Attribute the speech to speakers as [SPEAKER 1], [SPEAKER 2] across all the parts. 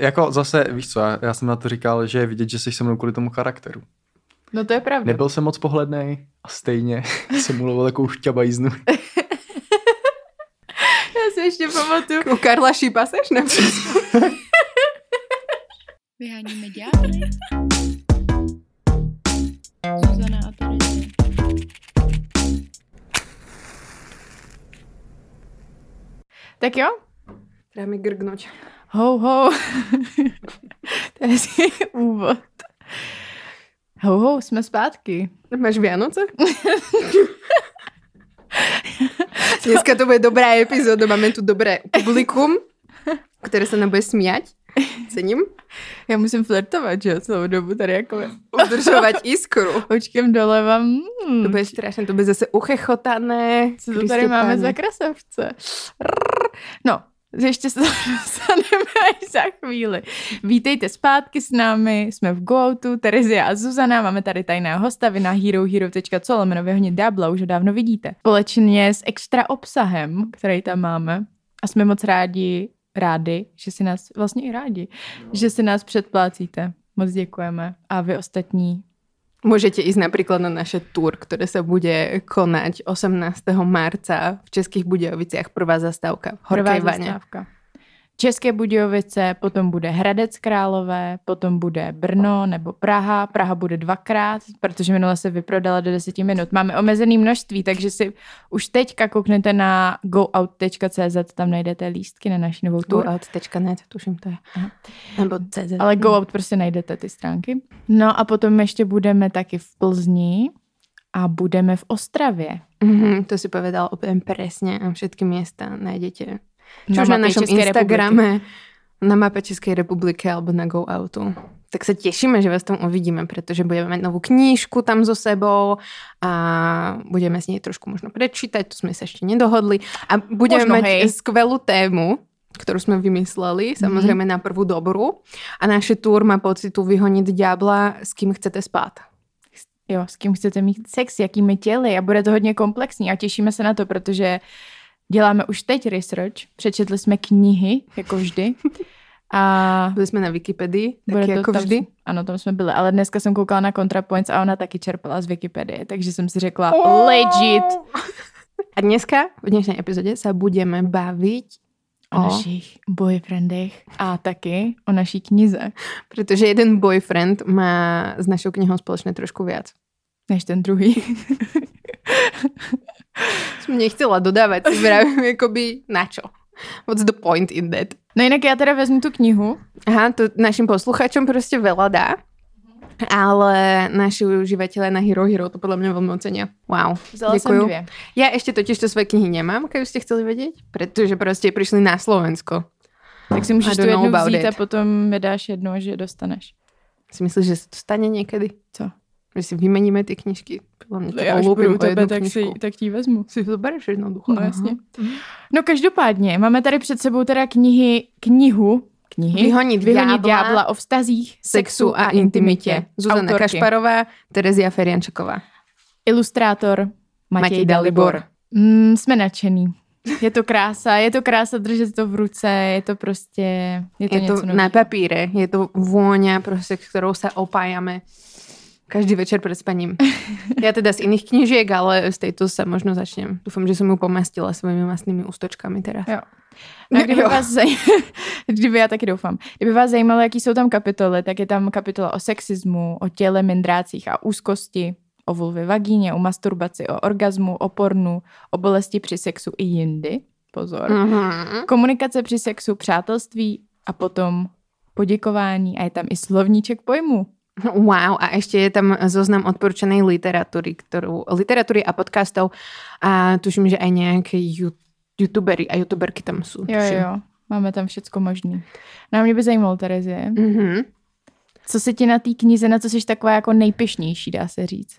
[SPEAKER 1] jako zase, víš co, já, já jsem na to říkal, že je vidět, že jsi se mnou kvůli tomu charakteru.
[SPEAKER 2] No to je pravda.
[SPEAKER 1] Nebyl jsem moc pohledný a stejně jsem mluvil takovou šťabajznu.
[SPEAKER 2] Já si ještě pamatuju. U Karla Šípa seš nebo?
[SPEAKER 3] Vyháníme ďábly. Zuzana a Tereza.
[SPEAKER 2] Tak jo,
[SPEAKER 4] Treba mi grgnoť.
[SPEAKER 2] Ho, ho. to je si úvod. Ho, ho, jsme zpátky.
[SPEAKER 4] Máš Vianoce? Dneska to bude dobrá epizoda, máme tu dobré publikum, které se nebude smiať. Cením.
[SPEAKER 2] Já musím flirtovat, že jo, celou dobu tady jako
[SPEAKER 4] Udržovat iskru.
[SPEAKER 2] očkem doleva. Mm.
[SPEAKER 4] To bude strašné, to bude zase uchechotané.
[SPEAKER 2] Co to tady máme za krasavce? Rrr. No, ještě se dostaneme až za chvíli. Vítejte zpátky s námi, jsme v GoOutu, Terezia a Zuzana, máme tady tajného hosta, vy na herohero.co, lomeno vyhonit dábla, už ho dávno vidíte. Společně s extra obsahem, který tam máme a jsme moc rádi, rádi, že si nás, vlastně i rádi, že si nás předplácíte. Moc děkujeme. A vy ostatní
[SPEAKER 4] Můžete jít například na naše tour, které se bude konat 18. marca v Českých Budějovicích. Prvá zastávka. v Horké
[SPEAKER 2] Prvá
[SPEAKER 4] vaně.
[SPEAKER 2] zastávka. České Budějovice, potom bude Hradec Králové, potom bude Brno nebo Praha. Praha bude dvakrát, protože minule se vyprodala do 10 minut. Máme omezený množství, takže si už teďka kouknete na goout.cz, tam najdete lístky na naši novou tour.
[SPEAKER 4] Goout.net, tuším to je.
[SPEAKER 2] Aha.
[SPEAKER 4] Nebo CZ.
[SPEAKER 2] Ale Go Out prostě najdete ty stránky. No a potom ještě budeme taky v Plzni a budeme v Ostravě.
[SPEAKER 4] Mm-hmm, to si povedal úplně přesně a všetky města najdete. Či už na
[SPEAKER 2] mapě
[SPEAKER 4] našem
[SPEAKER 2] České republiky.
[SPEAKER 4] Instagrame, na mape České republiky alebo na Go Outu. Tak se těšíme, že vás tam uvidíme, protože budeme mít novou knížku tam so sebou a budeme s ní trošku možno prečítať, to jsme se ještě nedohodli. A budeme
[SPEAKER 2] Možno, hej. Mhm.
[SPEAKER 4] mít skvělou tému, kterou jsme vymysleli, samozřejmě na prvú dobru. A naše tour má pocitu vyhonit ďábla, s kým chcete spát.
[SPEAKER 2] jo, s kým chcete mít sex, jakými těly a bude to hodně komplexní a těšíme se na to, protože děláme už teď research, přečetli jsme knihy, jako vždy a
[SPEAKER 4] Byli jsme na Wikipedii, taky jako
[SPEAKER 2] tam,
[SPEAKER 4] vždy.
[SPEAKER 2] Ano, tam jsme byli, ale dneska jsem koukala na ContraPoints a ona taky čerpala z Wikipedie, takže jsem si řekla
[SPEAKER 4] Oh!
[SPEAKER 2] legit
[SPEAKER 4] A dneska, v dnešnej epizode, sa budeme baviť
[SPEAKER 2] o
[SPEAKER 4] o,
[SPEAKER 2] našich boyfriendech a taky o naší knize,
[SPEAKER 4] pretože jeden boyfriend má s našou knihou společné trošku viac.
[SPEAKER 2] než ten druhý.
[SPEAKER 4] Som nechcela dodávať, si vravím, jakoby na čo. What's the point in that?
[SPEAKER 2] No jinak já teda vezmu tu knihu,
[SPEAKER 4] Aha, to našim posluchačům prostě veľa dá. Ale naši uživatelé na Hero Hero to podle mě velmi ocení. Wow.
[SPEAKER 2] vzala
[SPEAKER 4] Děkuju.
[SPEAKER 2] jsem dvě.
[SPEAKER 4] Já ještě totiž to svoje knihy nemám, keby jste chtěli vědět, protože prostě přišli na Slovensko.
[SPEAKER 2] Tak si
[SPEAKER 4] I
[SPEAKER 2] můžeš
[SPEAKER 4] don't
[SPEAKER 2] tu
[SPEAKER 4] know
[SPEAKER 2] jednu
[SPEAKER 4] about
[SPEAKER 2] vzít
[SPEAKER 4] it.
[SPEAKER 2] a potom mi dáš jednu, že dostaneš.
[SPEAKER 4] Si myslíš, že se to stane někdy?
[SPEAKER 2] Co?
[SPEAKER 4] Že si vymeníme ty knižky. Podle mě to
[SPEAKER 2] No já už
[SPEAKER 4] oloupím
[SPEAKER 2] budu
[SPEAKER 4] o jednu Mhm.
[SPEAKER 2] tebe, tak, si,
[SPEAKER 4] knižku.
[SPEAKER 2] tak ti ji vezmu.
[SPEAKER 4] si to bereš jednoducho.
[SPEAKER 2] No jasně. No každopádně, máme tady před sebou teda knihy, knihu, knihy
[SPEAKER 4] Vyhonit
[SPEAKER 2] Vyhonit
[SPEAKER 4] ďábla.
[SPEAKER 2] ďábla o vztazích,
[SPEAKER 4] Sexu a intimitě. Zuzana
[SPEAKER 2] Autorky.
[SPEAKER 4] Kašparová, Terezia Feriančeková.
[SPEAKER 2] Ilustrátor Matěj,
[SPEAKER 4] Matěj
[SPEAKER 2] Dalibor.
[SPEAKER 4] Dalibor.
[SPEAKER 2] Mm, jsme nadšený. Je to krása, je to krása držet to v ruce, je to prostě, je to,
[SPEAKER 4] Je to
[SPEAKER 2] něco
[SPEAKER 4] na
[SPEAKER 2] nového.
[SPEAKER 4] papíre, je to vôňa, prostě, kterou se opájame každý večer před spaním. Já teda z jiných knížek, ale z této se možno začnem. Doufám, že jsem ju pomastila svými vlastnými ústočkami teraz.
[SPEAKER 2] Jo. A kdyby
[SPEAKER 4] Jo.
[SPEAKER 2] vás zaj... kdyby já taky doufám, kdyby vás zajímalo, jaký jsou tam kapitoly, tak je tam kapitola o sexismu, o těle, mindrácích a úzkosti, o vulvě vagíně, o masturbaci, o orgazmu, o pornu, o bolesti při sexu i jindy. Pozor. Mm.
[SPEAKER 4] Mhm.
[SPEAKER 2] Komunikace při sexu, přátelství a potom poděkování a je tam i slovníček pojmů.
[SPEAKER 4] Wow, a ještě je tam zoznam odporučenej literatury, kterou, literatury a podcastov a tuším, že aj nějaké ju- youtubery a youtuberky tam jsou.
[SPEAKER 2] Jo,
[SPEAKER 4] tuším.
[SPEAKER 2] jo, máme tam všecko možné. No a mě by zajímalo, Terezie,
[SPEAKER 4] Mhm.
[SPEAKER 2] Co se ti na té knize, na co jsi taková jako nejpišnější, dá se říct?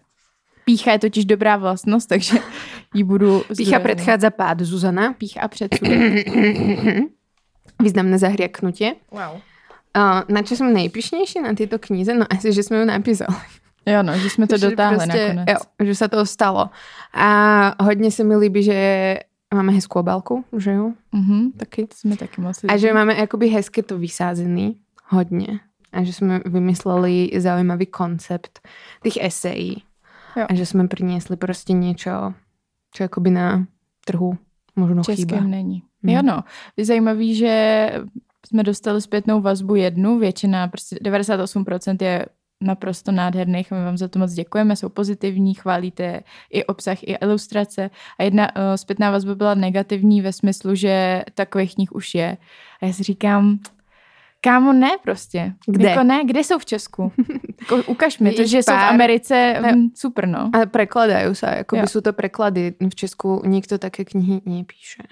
[SPEAKER 2] Pícha je totiž dobrá vlastnost, takže ji budu
[SPEAKER 4] Pícha
[SPEAKER 2] zdůrazňovat.
[SPEAKER 4] predchádza pád, Zuzana.
[SPEAKER 2] Pícha a předsudek.
[SPEAKER 4] Významné zahriaknutie.
[SPEAKER 2] wow.
[SPEAKER 4] Uh, na čo som nejpišnější na této knize? No asi, že jsme ju napísali.
[SPEAKER 2] Jo no, že jsme to
[SPEAKER 4] Že
[SPEAKER 2] dotáhli nakonec.
[SPEAKER 4] prostě- Jo, že se to stalo. A hodně se mi líbí, že máme hezkou obálku, že jo,
[SPEAKER 2] Mhm,
[SPEAKER 4] taky.
[SPEAKER 2] to jsme taky moc
[SPEAKER 4] A
[SPEAKER 2] líbí.
[SPEAKER 4] že máme jakoby hezky to vysázený. hodně. A že jsme vymysleli zaujímavý koncept tých esejí.
[SPEAKER 2] Jo.
[SPEAKER 4] A že jsme priniesli prostě niečo, čo akoby na trhu možno
[SPEAKER 2] Českém
[SPEAKER 4] chýba.
[SPEAKER 2] není.
[SPEAKER 4] Hmm.
[SPEAKER 2] Hmm. Jo no, je zajímavý, že jsme dostali zpětnou vazbu jednu, většina, prostě 98% je naprosto nádherných a my vám za to moc děkujeme, jsou pozitivní, chválíte i obsah, i ilustrace a jedna eh, zpětná vazba byla negativní ve smyslu, že takových knih už je. A já si říkám, kámo, ne prostě.
[SPEAKER 4] Kde?
[SPEAKER 2] Jako ne, kde jsou v Česku? Jako, ukaž mi to,
[SPEAKER 4] Vidíš
[SPEAKER 2] že jsou v
[SPEAKER 4] pár?
[SPEAKER 2] Americe,
[SPEAKER 4] Ne.
[SPEAKER 2] mm, super no.
[SPEAKER 4] A prekladajú sa, akoby
[SPEAKER 2] Jo.
[SPEAKER 4] sú to preklady. V Česku nikto také knihy nepíše.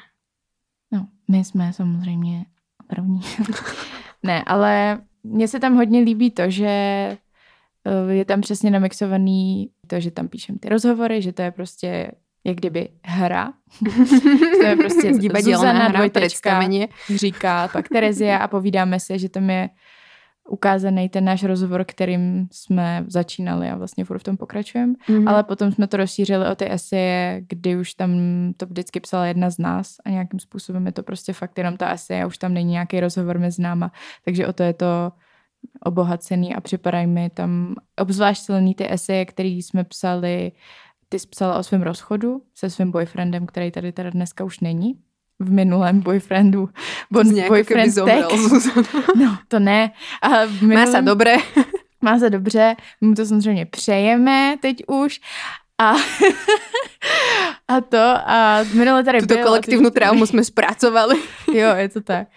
[SPEAKER 2] No, my jsme samozřejmě první. ne, ale mně se tam hodně líbí to, že eh, je tam přesně namixovaný to, že tam píšem ty rozhovory, že to je prostě jak kdyby hra. to je prostě Zuzana dvojtečka
[SPEAKER 4] predstavenie.
[SPEAKER 2] říká, pak Terezia a povídáme si, že tam je ukázaný ten náš rozhovor, kterým jsme začínali a vlastně furt v tom pokračujeme.
[SPEAKER 4] Mhm.
[SPEAKER 2] Ale potom jsme to rozšířili o ty eseje, kdy už tam to vždycky psala jedna z nás a nějakým způsobem je to prostě fakt jenom ta eseje, už tam není nějaký rozhovor mezi náma, takže o to je to obohacený a připadají mi tam obzvlášť silný ty eseje, které jsme psali, ty jsi psala o svém rozchodu se svým boyfriendem, který tady teda dneska už není, v minulém boyfriendu, bon,
[SPEAKER 4] Z nejako keby
[SPEAKER 2] boyfriend
[SPEAKER 4] jako zomrel
[SPEAKER 2] tag.
[SPEAKER 4] Zuzana.
[SPEAKER 2] No, to ne. A v
[SPEAKER 4] Má
[SPEAKER 2] minulém-
[SPEAKER 4] sa dobre.
[SPEAKER 2] má se dobře, my mu to samozřejmě přejeme teď už. A, a to, a minule tady
[SPEAKER 4] Tuto
[SPEAKER 2] byl a teď
[SPEAKER 4] kolektívnu
[SPEAKER 2] už tady-
[SPEAKER 4] traumu sme spracovali.
[SPEAKER 2] Jo, je to tak.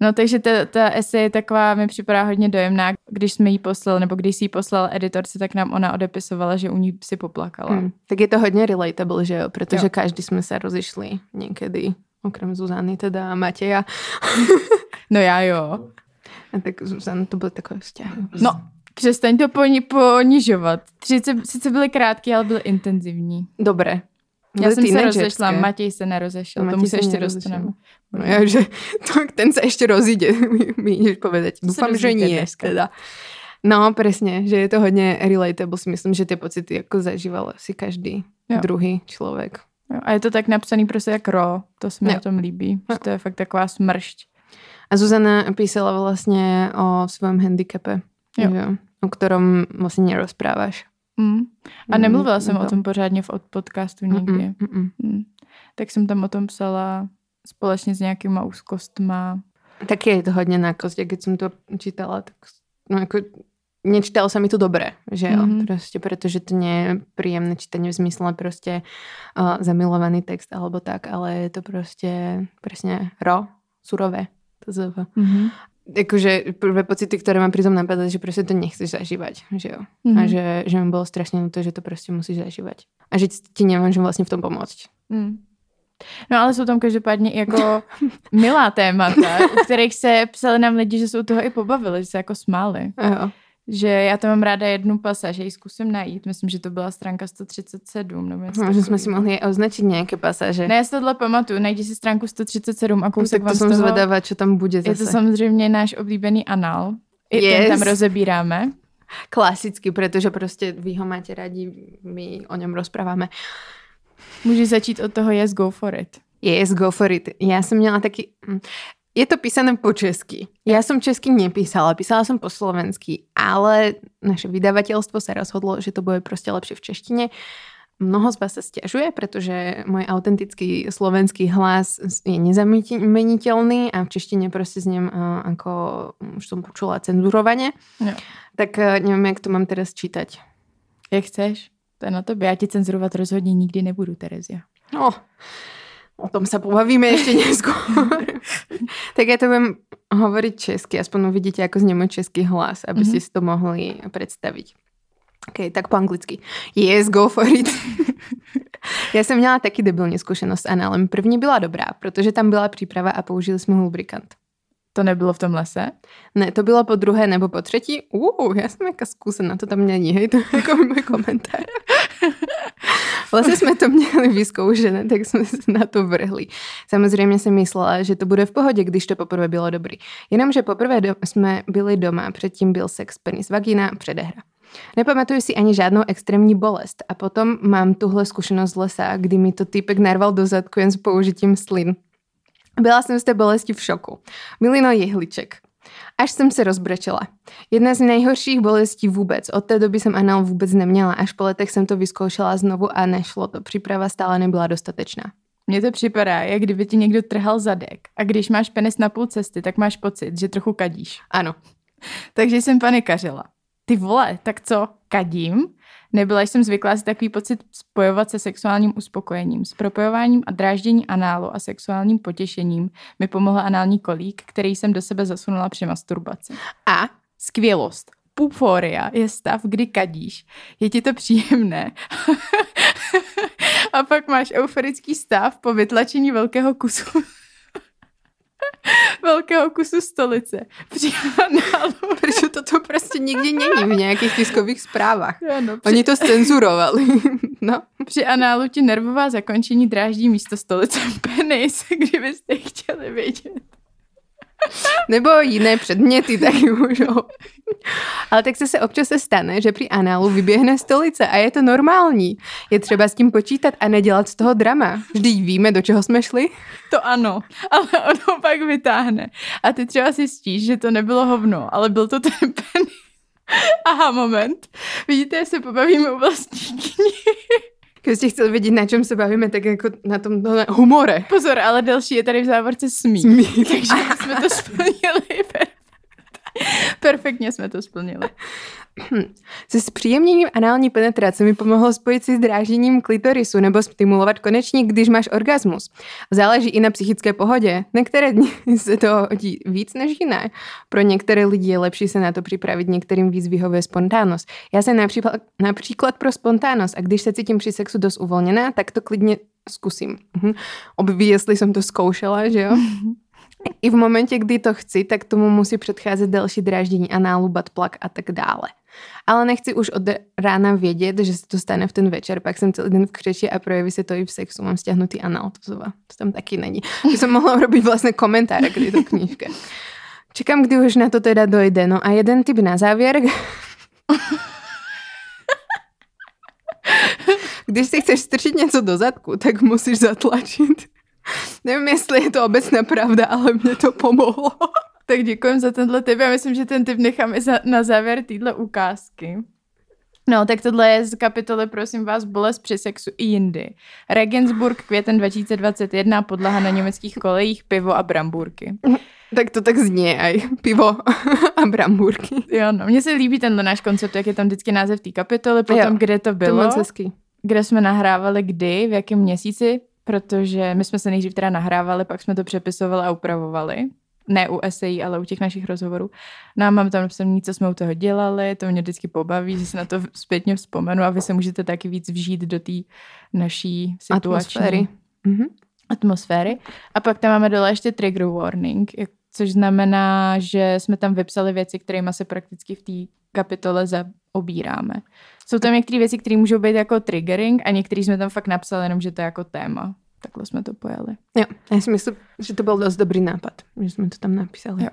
[SPEAKER 2] No takže ta, ta esej je taková, mi připadá hodně dojemná. Když jsme jí poslal, nebo když si ji poslal editorce, tak nám ona odepisovala, že u ní si poplakala.
[SPEAKER 4] Hmm. Tak je to hodně relatable, že jo? Protože jo.
[SPEAKER 2] Jo.
[SPEAKER 4] každý jsme se rozišli někdy, okrem Zuzany teda a Matěja.
[SPEAKER 2] No já jo.
[SPEAKER 4] A tak Zuzana to byl takový vzťah.
[SPEAKER 2] No, přestaň to poni- ponižovat. Sice, sice byly krátké, ale byly intenzivní.
[SPEAKER 4] Dobré.
[SPEAKER 2] Já
[SPEAKER 4] Byly
[SPEAKER 2] jsem se
[SPEAKER 4] teenagerské.
[SPEAKER 2] rozešla, Matěj se nerozešel,
[SPEAKER 4] Matěj
[SPEAKER 2] Matěj tomu se
[SPEAKER 4] se
[SPEAKER 2] ještě
[SPEAKER 4] nerozešel.
[SPEAKER 2] dostaneme.
[SPEAKER 4] No, já, že to, ten se ještě rozjde, mi jdeš povedať. Doufám, že
[SPEAKER 2] rozjíte
[SPEAKER 4] nie.
[SPEAKER 2] dneska.
[SPEAKER 4] Teda. No, přesně, že je to hodně relatable, si myslím, že ty pocity jako zažíval si každý jo.
[SPEAKER 2] Jo.
[SPEAKER 4] druhý člověk.
[SPEAKER 2] Jo, a je to tak napsaný prostě jak ro, to se mi
[SPEAKER 4] Jo.
[SPEAKER 2] na tom líbí, že to je fakt taková smršť.
[SPEAKER 4] A Zuzana písala vlastně o svém handicape,
[SPEAKER 2] Jo.
[SPEAKER 4] že, o ktorom vlastně nerozpráváš.
[SPEAKER 2] Mm. A
[SPEAKER 4] Mm,
[SPEAKER 2] nemluvila jsem
[SPEAKER 4] no
[SPEAKER 2] o
[SPEAKER 4] to-
[SPEAKER 2] tom pořádně v od- podcastu nikdy.
[SPEAKER 4] Mm, mm, mm.
[SPEAKER 2] Mm. Tak jsem tam o tom psala společně s nějakýma úzkostma.
[SPEAKER 4] Tak je to hodně nákost, jak jsem to čítala, tak no jako nečítalo se mi to dobré, že jo, mm-hmm.
[SPEAKER 2] Mhm.
[SPEAKER 4] prostě, protože to nie je příjemné čtení v zmysle prostě uh, zamilovaný text alebo tak, ale je to prostě přesně ro, surové. To zv.
[SPEAKER 2] Mm-hmm.
[SPEAKER 4] Jakože prvé pocity, které mám přitom napadají, že prostě to nechceš zažívat, že jo. Mm-hmm. A že, že mi bylo strašně nuto, že to prostě musíš zažívat. A že ti nemůžem vlastně v tom pomoct.
[SPEAKER 2] Mm. No ale jsou tam každopádně i jako milá témata, u kterých se psali nám lidi, že se u toho i pobavili, že se jako smáli.
[SPEAKER 4] Jo.
[SPEAKER 2] Že já tam mám ráda jednu pasáž, že ji zkusím najít. Myslím, že to byla stránka 137. Nebo něco
[SPEAKER 4] No, že
[SPEAKER 2] takového.
[SPEAKER 4] jsme si mohli označit nějaké pasáže.
[SPEAKER 2] Ne, já si tohle pamatuju, najdi si stránku 137 a
[SPEAKER 4] No,
[SPEAKER 2] kousek
[SPEAKER 4] tak
[SPEAKER 2] vám
[SPEAKER 4] to
[SPEAKER 2] z
[SPEAKER 4] jsem
[SPEAKER 2] toho...
[SPEAKER 4] zvedavá, co tam bude zase.
[SPEAKER 2] Je to samozřejmě náš oblíbený anal. I yes.
[SPEAKER 4] Yes.
[SPEAKER 2] ten tam rozebíráme.
[SPEAKER 4] klasicky, protože prostě vy ho máte rádi, my o něm rozpráváme.
[SPEAKER 2] Můžeš začít od toho yes, go for it.
[SPEAKER 4] Yes, go for it. Já jsem měla taky... hm, Je to písané po česky. Já jsem česky nepísala, písala jsem po slovensky, ale naše vydavatelstvo se rozhodlo, že to bude prostě lepší v češtině. Mnoho z vás se stěžuje, protože můj autentický slovenský hlas je nezaměnitelný a v češtině prostě s ním, eh, jako už jsem počula, cenzurovaně.
[SPEAKER 2] Jo.
[SPEAKER 4] Tak eh, nevím, jak to mám teda sčítať.
[SPEAKER 2] Jak chceš, to je na tobě. Já ti cenzurovat rozhodně nikdy nebudu, Terezia.
[SPEAKER 4] No, o tom se pobavíme ještě neskôr. tak já to budem hovoriť česky, aspoň uvidíte, jako zním můj český hlas, aby mm -hmm.
[SPEAKER 2] Mhm.
[SPEAKER 4] si si to mohli představit. OK, tak po anglicky. Yes, go for it. Já jsem měla taky debilní zkušenost s análem. První byla dobrá, protože tam byla příprava a použili jsme lubrikant.
[SPEAKER 2] To nebylo v tom lese?
[SPEAKER 4] Ne, to bylo po druhé nebo po třetí. Uh, já jsem jaká zkusená, to tam není, hej, to je jako můj komentář. Vlastně jsme to měli vyzkoušené, tak jsme se na to vrhli. Samozřejmě jsem myslela, že to bude v pohodě, když to poprvé bylo dobrý. Jenomže poprvé do- jsme byli doma, předtím byl sex penis vagina, předehra. Nepamatuju si ani žádnou extrémní bolest a potom mám tuhle zkušenost z lesa, kdy mi to typek narval do zadku jen s použitím slin. Byla jsem z té bolesti v šoku. Milino jehliček. Až jsem se rozbrečela. Jedna z nejhorších bolestí vůbec. Od té doby jsem anal vůbec neměla. Až po letech jsem to vyzkoušela znovu a nešlo to. Příprava stále nebyla dostatečná.
[SPEAKER 2] Mně to připadá, jak kdyby ti někdo trhal zadek a když máš penis na půl cesty, tak máš pocit, že trochu kadíš.
[SPEAKER 4] Ano.
[SPEAKER 2] Takže jsem panikařila. Ty vole, tak co, kadím? Nebyla jsem zvyklá si takový pocit spojovat se sexuálním uspokojením. S propojováním a dráždění análu a sexuálním potěšením mi pomohl anální kolík, který jsem do sebe zasunula při masturbaci.
[SPEAKER 4] A
[SPEAKER 2] Skvělost. Puforia je stav, kdy kadíš. Je ti to příjemné. A pak máš euforický stav po vytlačení velkého kusu velkého kusu stolice. Při análu.
[SPEAKER 4] proč to tu prostě nikdy není v nějakých tiskových zprávách?
[SPEAKER 2] Ano, no, při,
[SPEAKER 4] Oni to cenzurovali. No.
[SPEAKER 2] při análu ti nervová zakončení dráždí místo stolice penis, kdybyste chtěli vědět.
[SPEAKER 4] Nebo jiné předměty taky můžou. Ale tak se se občas se stane, že při análu vyběhne stolice a je to normální. Je třeba s tím počítat a nedělat z toho drama. Vždyť víme, do čeho jsme šli.
[SPEAKER 2] To ano, ale ono pak vytáhne. A ty třeba zjistíš, že to nebylo hovno, ale byl to ten penis. Aha, moment. Vidíte, jak se pobavíme u vlastní knihy.
[SPEAKER 4] Když jste chtěl vidět, na čem se bavíme, tak jako na tom tohle humore.
[SPEAKER 2] Pozor, ale další je tady v závorce smích.
[SPEAKER 4] Smích.
[SPEAKER 2] Takže jsme to splnili. Perfektně jsme to splnili.
[SPEAKER 4] Se zpříjemněním anální penetrace mi pomohlo spojit si s drážděním klitorisu nebo stimulovat konečník, když máš orgasmus. Záleží i na psychické pohodě. Některé dny se to hodí víc než jiné. Pro některé lidi je lepší se na to připravit, některým víc vyhovuje spontánnost. Já jsem například, například pro spontánnost a když se cítím při sexu dost uvolněná, tak to klidně zkusím. Mhm. Obviously jsem to zkoušela, že jo? I v momentě, kdy to chci, tak tomu musí předcházet další dráždění análu, buttplug a tak dále. Ale nechci už od rána vědět, že se to stane v ten večer, pak jsem celý den v křeči a projeví se to i v sexu, mám stěhnutý anal, to, zva, to tam taky není. To jsem mohla robit vlastně komentáře k této knížke. Čekám, kdy už na to teda dojde. No a jeden tip na závěr. Když si chceš strčit něco do zadku, tak musíš zatlačit. Nevím, jestli je to obecná pravda, ale mě to pomohlo.
[SPEAKER 2] Tak děkujem za tenhle tip. Já myslím, že ten tip necháme za, na závěr téhle ukázky. No, tak tohle je z kapitoly, prosím vás, bolest při sexu i jindy. Regensburg, květen 2021, podlaha na německých kolejích, pivo a brambůrky.
[SPEAKER 4] Tak to tak zní aj pivo a bramburky.
[SPEAKER 2] Jo, no, mně se líbí tenhle náš koncept, jak je tam vždycky název té kapitoly, potom
[SPEAKER 4] Jo,
[SPEAKER 2] jo, kde to
[SPEAKER 4] To je
[SPEAKER 2] bylo,
[SPEAKER 4] moc hezký.
[SPEAKER 2] kde jsme nahrávali kdy, v jakém měsíci, protože my jsme se nejdřív teda nahrávali, pak jsme to přepisovali a upravovali. Ne u esejí, ale u těch našich rozhovorů. No a mám tam napsané, co jsme u toho dělali, to mě vždycky pobaví, že se na to zpětně vzpomenu a vy se můžete taky víc vžít do té naší situační
[SPEAKER 4] Atmosféry. Mhm.
[SPEAKER 2] atmosféry. A pak tam máme dole ještě trigger warning, jak- což znamená, že jsme tam vypsali věci, kterými se prakticky v té kapitole zaobíráme. Jsou tam některé věci, které můžou být jako triggering a některé jsme tam fakt napsali jenom, že to je jako téma. Takhle jsme to pojali.
[SPEAKER 4] Jo, já si myslím, že to byl dost dobrý nápad, že jsme to tam napísali.
[SPEAKER 2] Jo.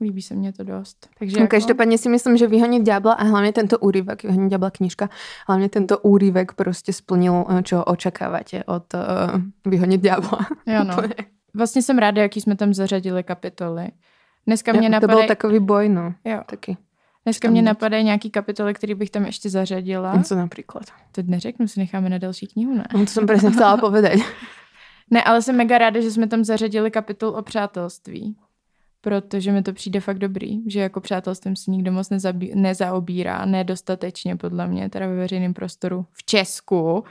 [SPEAKER 2] Líbí se mně to dost. Takže
[SPEAKER 4] No,
[SPEAKER 2] jako,
[SPEAKER 4] každopádně si myslím, že vyhonit ďábla a hlavně tento úryvek, vyhonit ďábla knižka, hlavně tento úryvek prostě splnil, eh, čo očakáváte od uh, vyhonit ďábla.
[SPEAKER 2] jo, no. Vlastně jsem ráda, jaký jsme tam zařadili kapitoly. Dneska mě
[SPEAKER 4] Jako to byl
[SPEAKER 2] napadají, tak...
[SPEAKER 4] takový boj, no.
[SPEAKER 2] jo,
[SPEAKER 4] Taky.
[SPEAKER 2] dneska
[SPEAKER 4] tam
[SPEAKER 2] mě
[SPEAKER 4] dát.
[SPEAKER 2] napadají nějaký kapitoly, který bych tam ještě zařadila.
[SPEAKER 4] Co například.
[SPEAKER 2] Teď neřeknu, si necháme na další knihu, ne?
[SPEAKER 4] No, to jsem přesně chtěla povedať.
[SPEAKER 2] Ne, ale jsem mega ráda, že jsme tam zařadili kapitol o přátelství. Protože mi to přijde fakt dobrý, že jako přátelstvím se nikdo moc nezabí, nezaobírá, nedostatečně podle mě, teda ve veřejném prostoru v Česku,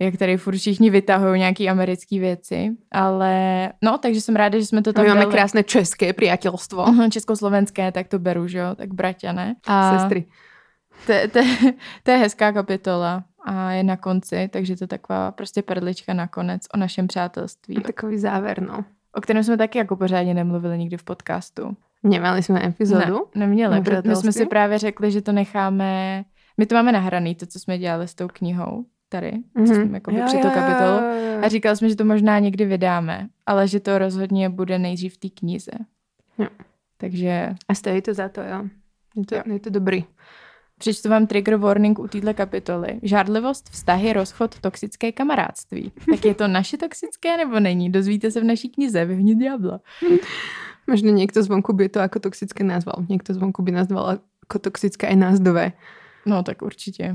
[SPEAKER 2] jak tady furt všichni vytahují nějaký americké věci, ale no, takže jsem ráda, že jsme to tam
[SPEAKER 4] My máme
[SPEAKER 2] dali.
[SPEAKER 4] krásné české přátelstvo.
[SPEAKER 2] Aha, československé, tak to beru, že jo, tak braťané.
[SPEAKER 4] A... Sestry.
[SPEAKER 2] To, je- to, je- to je hezká kapitola a je na konci, takže to je taková prostě perlička nakonec o našem přátelství, o
[SPEAKER 4] Takový záver, no.
[SPEAKER 2] o kterém jsme taky jako pořádně nemluvili nikdy v podcastu.
[SPEAKER 4] Nemali jsme epizodu.
[SPEAKER 2] Ne, neměli,
[SPEAKER 4] Na
[SPEAKER 2] protože my jsme si
[SPEAKER 4] přátelství?
[SPEAKER 2] právě řekli, že to necháme, my to máme nahraný, to, co jsme dělali s tou knihou tady, mm-hmm.
[SPEAKER 4] Mhm.
[SPEAKER 2] co jsme jako při tou kapitolu. A říkali jsme, že to možná někdy vydáme, ale že to rozhodně bude nejdřív v té knize.
[SPEAKER 4] Jo.
[SPEAKER 2] Takže
[SPEAKER 4] A stojí to za to, jo. Je to,
[SPEAKER 2] Jo.
[SPEAKER 4] je to dobrý.
[SPEAKER 2] Přečtu vám trigger warning u téhle kapitoly. Žádlivost, vztahy, rozchod, toxické kamarádství. Tak je to naše toxické nebo není? Dozvíte se v naší knize Vyhni ďábla.
[SPEAKER 4] Možno niekto zvonku by to ako toxické nazval. Niekto zvonku by nazval ako toxické aj názdové.
[SPEAKER 2] No tak určitě.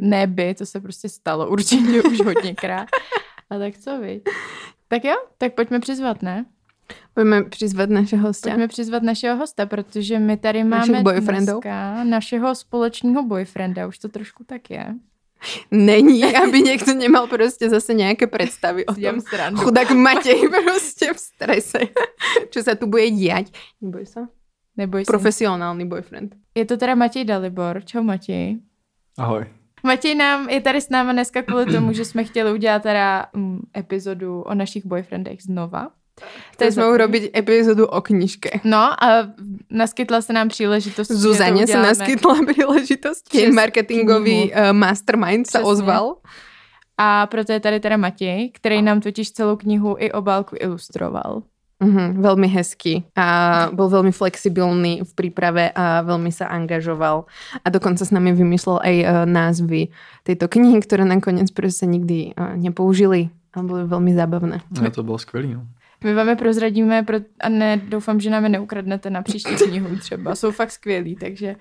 [SPEAKER 2] Neby, to se prostě stalo určitě už hodněkrát. A tak co vy? Tak jo, tak pojďme přizvat, ne?
[SPEAKER 4] Budeme přizvat našeho hostia.
[SPEAKER 2] Pojďme přizvat našeho hosta, protože my tady
[SPEAKER 4] Našich
[SPEAKER 2] máme
[SPEAKER 4] boyfriendů.
[SPEAKER 2] dneska našeho společného boyfrienda, už to trošku tak je.
[SPEAKER 4] Není, aby niekto nemal proste zase nejaké predstavy o tom.
[SPEAKER 2] srandu.
[SPEAKER 4] Chudák Matej proste v strese. Čo sa tu bude diať. Neboj sa.
[SPEAKER 2] Neboj se.
[SPEAKER 4] Profesionálny boyfriend.
[SPEAKER 2] Je to teda Matěj Dalibor. Čau Matěj.
[SPEAKER 1] Ahoj.
[SPEAKER 2] Matěj nám je tady s námi dneska kvůli tomu, že jsme chtěli udělat teda mm, epizodu o našich boyfriendech znova.
[SPEAKER 4] Chceli
[SPEAKER 2] za
[SPEAKER 4] sme
[SPEAKER 2] prvý.
[SPEAKER 4] urobiť epizódu o knižke.
[SPEAKER 2] No a naskytla se nám příležitost, že to
[SPEAKER 4] Zuzane sa
[SPEAKER 2] uděláme.
[SPEAKER 4] naskytla príležitosť.
[SPEAKER 2] Přes
[SPEAKER 4] Ten marketingový eh, mastermind sa
[SPEAKER 2] Přesně.
[SPEAKER 4] ozval.
[SPEAKER 2] A proto je tady teda Matěj, který nám totiž celou knihu i obálku ilustroval.
[SPEAKER 4] Mhm, veľmi hezký a bol veľmi flexibilný v príprave a veľmi sa angažoval a dokonca s nami vymyslel aj eh, názvy tejto knihy, ktoré nakoniec proste nikdy eh, nepoužili a boli veľmi zábavné.
[SPEAKER 1] No, to bylo skvělý. No.
[SPEAKER 2] My vám je prozradíme pro... a ne, doufám, že nám je neukradnete na příští knihu třeba. Jsou fakt skvělý, takže...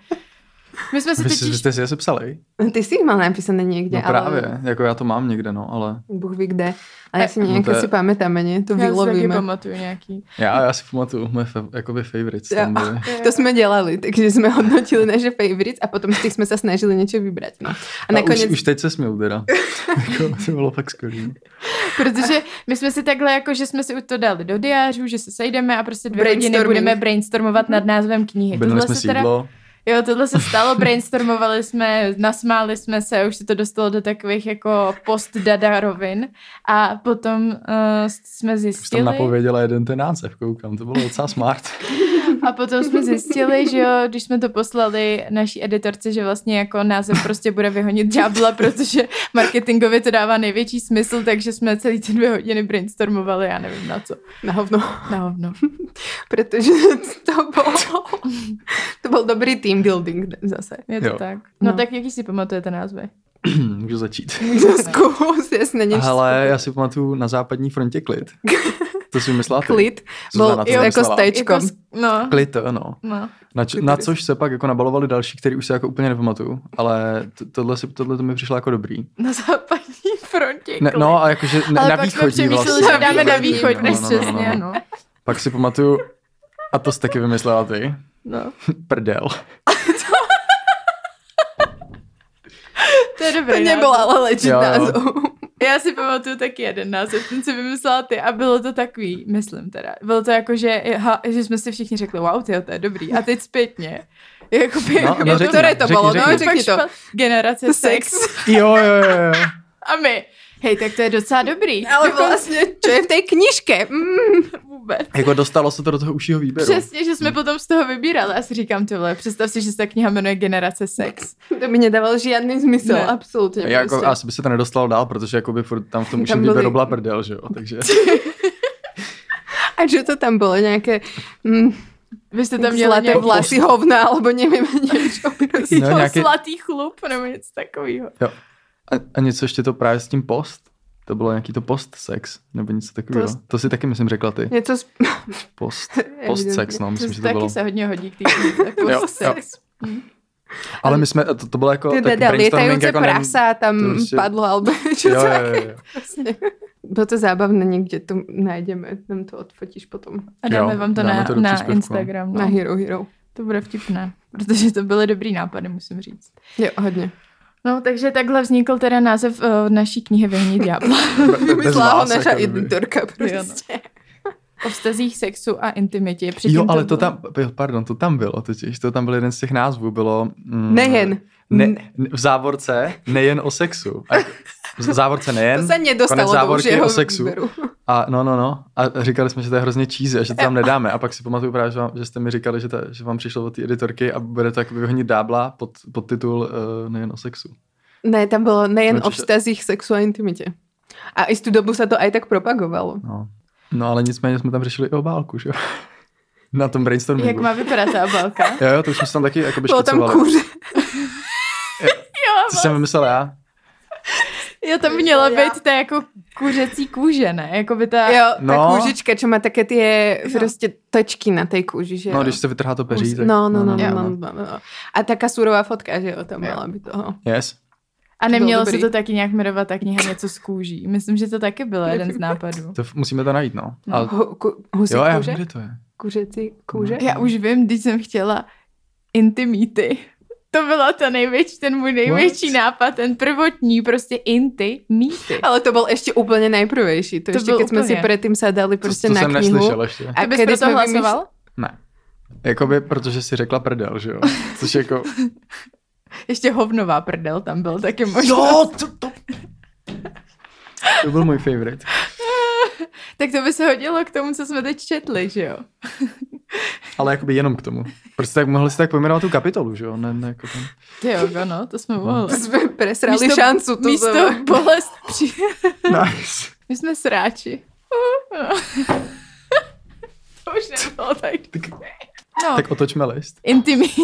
[SPEAKER 2] My jsme si
[SPEAKER 1] Vy, si- vy
[SPEAKER 2] totiž...
[SPEAKER 1] jste si je sepsali?
[SPEAKER 4] Ty si ich mal napísané niekde,
[SPEAKER 1] No právě,
[SPEAKER 4] ale
[SPEAKER 1] jako já to mám někde, no, ale
[SPEAKER 4] Bůh ví kde. A ja si
[SPEAKER 1] No
[SPEAKER 4] nejako
[SPEAKER 1] to je-
[SPEAKER 4] si pamätáme, nie? To
[SPEAKER 2] Já si taky
[SPEAKER 4] vylovíme.
[SPEAKER 2] pamatuju nějaký.
[SPEAKER 1] já, já si pamatuju, moje fa- jakoby favorites tam
[SPEAKER 4] Jo.
[SPEAKER 1] byly.
[SPEAKER 4] To sme delali, takže sme hodnotili naše favorites a potom z tých sme sa snažili niečo vybrať. No. A
[SPEAKER 1] A už,
[SPEAKER 4] nakoniec
[SPEAKER 1] už teď se směju teda. jako, to bylo fakt skvělý.
[SPEAKER 2] Protože my jsme si takhle, jako že jsme si u to dali do diářů, že se sejdeme a prostě dvě hodiny
[SPEAKER 4] Brainstorming.
[SPEAKER 2] budeme brainstormovat nad názvem knihy.
[SPEAKER 1] Bydleli
[SPEAKER 2] Tohle
[SPEAKER 1] jsme
[SPEAKER 2] se
[SPEAKER 1] si jídlo.
[SPEAKER 2] Jo, tohle se stalo, brainstormovali jsme, nasmáli jsme se, už se to dostalo do takových jako post-dada rovin a potom uh, jsme
[SPEAKER 1] Už tam
[SPEAKER 2] zjistili,
[SPEAKER 1] napověděla jeden ten název, koukám, to bylo docela smart.
[SPEAKER 2] a potom jsme zjistili, že jo, když jsme to poslali naší editorce, že vlastně jako název prostě bude vyhonit ďábla, protože marketingově to dává největší smysl, takže jsme celý ty dvě hodiny brainstormovali, já nevím na co.
[SPEAKER 4] na hovno.
[SPEAKER 2] Na hovno.
[SPEAKER 4] Pretože to bol, to bol dobrý team building zase.
[SPEAKER 2] Je to
[SPEAKER 1] Jo.
[SPEAKER 2] tak. No,
[SPEAKER 4] No.
[SPEAKER 2] tak jaký si pamatujete názvy?
[SPEAKER 1] Můžu začít.
[SPEAKER 4] Zkus, jasne, než
[SPEAKER 1] Hele, já si pamatuju na západní frontě klid. To si myslela ty.
[SPEAKER 4] klid
[SPEAKER 1] Zuzana
[SPEAKER 4] bol
[SPEAKER 1] to
[SPEAKER 4] jako
[SPEAKER 1] vymyslela.
[SPEAKER 4] stečkom.
[SPEAKER 2] s- no,
[SPEAKER 1] Klid, ano.
[SPEAKER 2] no.
[SPEAKER 1] Na, č-
[SPEAKER 4] Klid
[SPEAKER 1] na
[SPEAKER 4] tady.
[SPEAKER 1] což se pak jako nabalovali další, který už se jako úplně nepamatuju, ale t- tohle, si, tohle to mi přišlo jako dobrý.
[SPEAKER 2] Na západní frontě.
[SPEAKER 1] Ne,
[SPEAKER 2] klid.
[SPEAKER 1] no a jakože ne,
[SPEAKER 2] Ale
[SPEAKER 1] na
[SPEAKER 2] pak
[SPEAKER 1] východní
[SPEAKER 2] jsme přemýšleli,
[SPEAKER 1] vlastně.
[SPEAKER 2] že dáme na
[SPEAKER 4] východní,
[SPEAKER 2] východ, než
[SPEAKER 1] No, no, no, no, no.
[SPEAKER 2] přesně, no.
[SPEAKER 1] Pak si pamatuju, a to jsi taky vymyslela ty,
[SPEAKER 4] No.
[SPEAKER 1] prdel.
[SPEAKER 2] To je
[SPEAKER 4] To
[SPEAKER 2] dobré.
[SPEAKER 4] nebol ale legit
[SPEAKER 1] Jo, jo.
[SPEAKER 4] názov.
[SPEAKER 2] Já si pamatuju taky jeden název, ten si vymyslela ty a bylo to takový, myslím teda. Bylo to jako, že, ha, že jsme si všichni řekli, wow, tyjo, to je dobrý. A teď zpětně. Jakoby,
[SPEAKER 1] No, no,
[SPEAKER 2] je
[SPEAKER 1] řekni,
[SPEAKER 2] to,
[SPEAKER 4] Ktoré to
[SPEAKER 1] řekni,
[SPEAKER 4] bolo?
[SPEAKER 1] řekni.
[SPEAKER 4] No, řekni to.
[SPEAKER 2] špat- Generace sex.
[SPEAKER 4] Sex.
[SPEAKER 1] Jo, jo, jo, jo.
[SPEAKER 2] A my, hej, tak to je docela dobrý.
[SPEAKER 4] Ale
[SPEAKER 2] Dokonce
[SPEAKER 4] vlastne, čo Jako, je v tej knižke? Mm.
[SPEAKER 2] vůbec.
[SPEAKER 1] Jako dostalo se to do toho užšího výběru.
[SPEAKER 2] Přesně, že
[SPEAKER 1] Hm.
[SPEAKER 2] jsme potom z toho vybírali. Já si říkám, tohle, představ si, že se ta kniha jmenuje Generace sex.
[SPEAKER 4] To by nedával žiadny zmysel,
[SPEAKER 2] Ne.
[SPEAKER 4] absolútne.
[SPEAKER 1] Já jako,
[SPEAKER 2] prostě.
[SPEAKER 4] proste.
[SPEAKER 1] asi by se to nedostalo dál, protože jakoby furt tam v tom
[SPEAKER 4] Tam
[SPEAKER 1] užším
[SPEAKER 4] byly-
[SPEAKER 1] výběru byla prdel, že jo, takže
[SPEAKER 4] A čo to tam bolo? Nejaké mm,
[SPEAKER 2] Vy jste tam měli
[SPEAKER 4] zlaté
[SPEAKER 2] nějaký
[SPEAKER 4] vlasy hovna, alebo neviem niečo. proste.
[SPEAKER 1] Ne, No, nějaký-
[SPEAKER 2] zlatý chlup nebo něco takového.
[SPEAKER 1] a, a něco ještě to právě s tím post, to bylo nějaký to post sex, nebo něco takového.
[SPEAKER 4] Post-
[SPEAKER 1] To si taky, myslím, řekla ty.
[SPEAKER 4] Něco z...
[SPEAKER 1] Post, post
[SPEAKER 4] Evidentně.
[SPEAKER 1] sex, no, myslím,
[SPEAKER 2] to
[SPEAKER 1] že to
[SPEAKER 2] taky
[SPEAKER 1] bylo.
[SPEAKER 2] se hodně hodí k té knize.
[SPEAKER 1] no. Jo, jo. Ale my jsme, to, to bylo jako tak
[SPEAKER 4] Teda
[SPEAKER 1] brainstorming,
[SPEAKER 4] lietajúce
[SPEAKER 1] jako
[SPEAKER 4] prasa tam
[SPEAKER 1] to prostě-
[SPEAKER 4] padlo, alebo čo
[SPEAKER 1] Jo, jo,
[SPEAKER 4] sa
[SPEAKER 1] jo, jo.
[SPEAKER 4] Bylo to zábavné, někde to najdeme, nám to odfotíš potom
[SPEAKER 2] A dáme
[SPEAKER 1] Jo,
[SPEAKER 2] vám to
[SPEAKER 1] dáme
[SPEAKER 2] na,
[SPEAKER 1] to do
[SPEAKER 2] na
[SPEAKER 1] příspěvku, no.
[SPEAKER 2] Instagram.
[SPEAKER 4] no. na
[SPEAKER 2] No.
[SPEAKER 4] Hero Hero.
[SPEAKER 2] To bude vtipné, protože to byly dobrý nápady, musím říct.
[SPEAKER 4] Jo, hodně.
[SPEAKER 2] No, takže takhle vznikl teda název uh, naší knihy Vyhni ďábla.
[SPEAKER 1] Be- bez
[SPEAKER 4] Vymyslela ho
[SPEAKER 1] vás,
[SPEAKER 4] naša
[SPEAKER 1] jako kdyby.
[SPEAKER 4] editorka
[SPEAKER 2] Jo, no.
[SPEAKER 4] prostě.
[SPEAKER 2] o vztazích sexu a intimitě. Předtím
[SPEAKER 1] Jo, ale to
[SPEAKER 2] bylo-
[SPEAKER 1] tam, jo, pardon, to tam bylo totiž, to tam byl jeden z těch názvů, bylo... Mm,
[SPEAKER 4] Nejen.
[SPEAKER 1] Ne, ne- v závorce nejen o sexu. A, jako, v závorce nejen,
[SPEAKER 4] To se
[SPEAKER 1] konec
[SPEAKER 4] nedostalo do už
[SPEAKER 1] závorky
[SPEAKER 4] jeho
[SPEAKER 1] o sexu.
[SPEAKER 4] výberu.
[SPEAKER 1] A no, no, no. A říkali jsme, že to je hrozně cheesy a že to tam nedáme. A pak si pamatuju právě, že, vám, že jste mi říkali, že, ta, že vám přišlo od té editorky a bude to jako vyhonit dábla pod, pod titul uh, nejen o sexu.
[SPEAKER 4] Ne, tam bylo nejen
[SPEAKER 1] Určitě.
[SPEAKER 4] o vztazích sexu a intimitě. A i tu dobu se to aj tak propagovalo.
[SPEAKER 1] No. no ale nicméně jsme tam řešili i obálku, že jo? Na tom brainstormingu.
[SPEAKER 2] Jak má vypadat ta obálka?
[SPEAKER 1] Jo, jo, to už jsme si tam taky jako
[SPEAKER 4] Bylo tam
[SPEAKER 1] škicovali.
[SPEAKER 4] kuře.
[SPEAKER 1] Co jsem vymyslel já?
[SPEAKER 2] Já tam měla být ta jako kuřecí kůže, ne? Jako by ta...
[SPEAKER 4] Jo, no. ta
[SPEAKER 1] No.
[SPEAKER 4] kůžička, čo má také ty
[SPEAKER 2] Jo.
[SPEAKER 4] prostě tečky na té kůži, že
[SPEAKER 1] No,
[SPEAKER 4] jo.
[SPEAKER 1] když se vytrhá to peří,
[SPEAKER 4] Us-
[SPEAKER 1] tak...
[SPEAKER 4] no, no, no, no,
[SPEAKER 2] jo.
[SPEAKER 4] no, no, no. A taká surová fotka, že jo, tam
[SPEAKER 2] Jo.
[SPEAKER 4] měla by toho.
[SPEAKER 1] Yes.
[SPEAKER 2] A
[SPEAKER 4] To bylo
[SPEAKER 2] nemělo se
[SPEAKER 4] dobrý.
[SPEAKER 2] to taky nějak jmenovat ta kniha něco z kůží. Myslím, že to taky byl jeden z nápadů.
[SPEAKER 1] To f- musíme to najít, no.
[SPEAKER 2] No.
[SPEAKER 1] A,
[SPEAKER 4] Hu- ku- Husí
[SPEAKER 1] jo, já
[SPEAKER 4] prostě kůže?
[SPEAKER 1] vím, kde to je.
[SPEAKER 4] Kuřecí kůže?
[SPEAKER 2] Já už vím, když jsem chtěla intimity. To byla ta největší, ten můj největší
[SPEAKER 1] What?
[SPEAKER 2] nápad, ten prvotní, prostě inty, mýty.
[SPEAKER 4] Ale to byl ještě úplně nejprvější. To,
[SPEAKER 2] To
[SPEAKER 4] ještě,
[SPEAKER 2] byl
[SPEAKER 4] keď jsme si
[SPEAKER 2] úplně.
[SPEAKER 4] předtím sadali prostě
[SPEAKER 1] to, to
[SPEAKER 4] na
[SPEAKER 1] jsem
[SPEAKER 4] knihu.
[SPEAKER 1] neslyšel ještě.
[SPEAKER 4] A
[SPEAKER 2] Ty bys
[SPEAKER 4] kedy
[SPEAKER 2] proto
[SPEAKER 4] jsme
[SPEAKER 2] hlasoval?
[SPEAKER 1] Ne. Jakoby, protože si řekla prdel, že jo? Což jako...
[SPEAKER 2] Ještě hovnová prdel tam byl taky možná.
[SPEAKER 1] to, to... To byl můj favorite.
[SPEAKER 2] Tak to by se hodilo k tomu, co jsme teď četli, že jo?
[SPEAKER 1] Ale jakoby jenom k tomu. Prostě tak mohli si tak pojmenovat tu kapitolu, že jo? Ne, ne, jako ten...
[SPEAKER 2] Ty jo, no, to jsme mohli.
[SPEAKER 4] Jsme presrali místo, šancu. To
[SPEAKER 2] místo
[SPEAKER 4] místo...
[SPEAKER 2] bolest při...
[SPEAKER 1] Nice.
[SPEAKER 2] My jsme sráči. to už nebylo tak. No,
[SPEAKER 1] Tak otočme list.
[SPEAKER 2] intimní.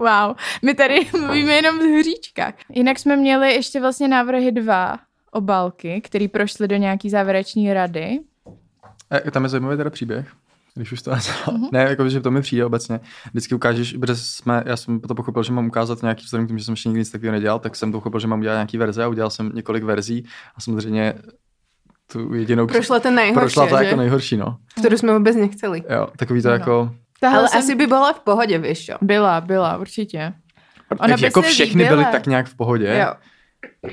[SPEAKER 2] Wow. My tady mluvíme jenom v hříčkách. Jinak jsme měli ještě vlastně návrhy dva obálky, které prošly do nějaký závěreční rady.
[SPEAKER 1] E, tam je zajímavý teda příběh. Když už to nazval. Ne, jako, že to mi přijde obecně. Vždycky ukážeš, protože jsme, já jsem to pochopil, že mám ukázat nějaký vzhledem k tomu, že jsem ještě nikdy nic takového nedělal, tak jsem to pochopil, že mám udělat nějaký verze a udělal jsem několik verzí a samozřejmě tu jedinou
[SPEAKER 4] Prošla ten nejhorší,
[SPEAKER 1] prošla ta
[SPEAKER 4] že?
[SPEAKER 1] jako nejhorší, no.
[SPEAKER 4] Kterou jsme vůbec nechceli.
[SPEAKER 1] Jo, takový to
[SPEAKER 2] No.
[SPEAKER 1] jako...
[SPEAKER 2] Tahle
[SPEAKER 4] Ale
[SPEAKER 2] jsem-
[SPEAKER 4] asi by byla v pohodě, víš
[SPEAKER 1] No,
[SPEAKER 4] jo.
[SPEAKER 2] Byla, byla, určitě. Ona
[SPEAKER 1] Jak,
[SPEAKER 2] by
[SPEAKER 1] jako
[SPEAKER 2] se
[SPEAKER 1] všechny
[SPEAKER 2] líbila.
[SPEAKER 1] byly tak nějak v pohodě,
[SPEAKER 4] Jo.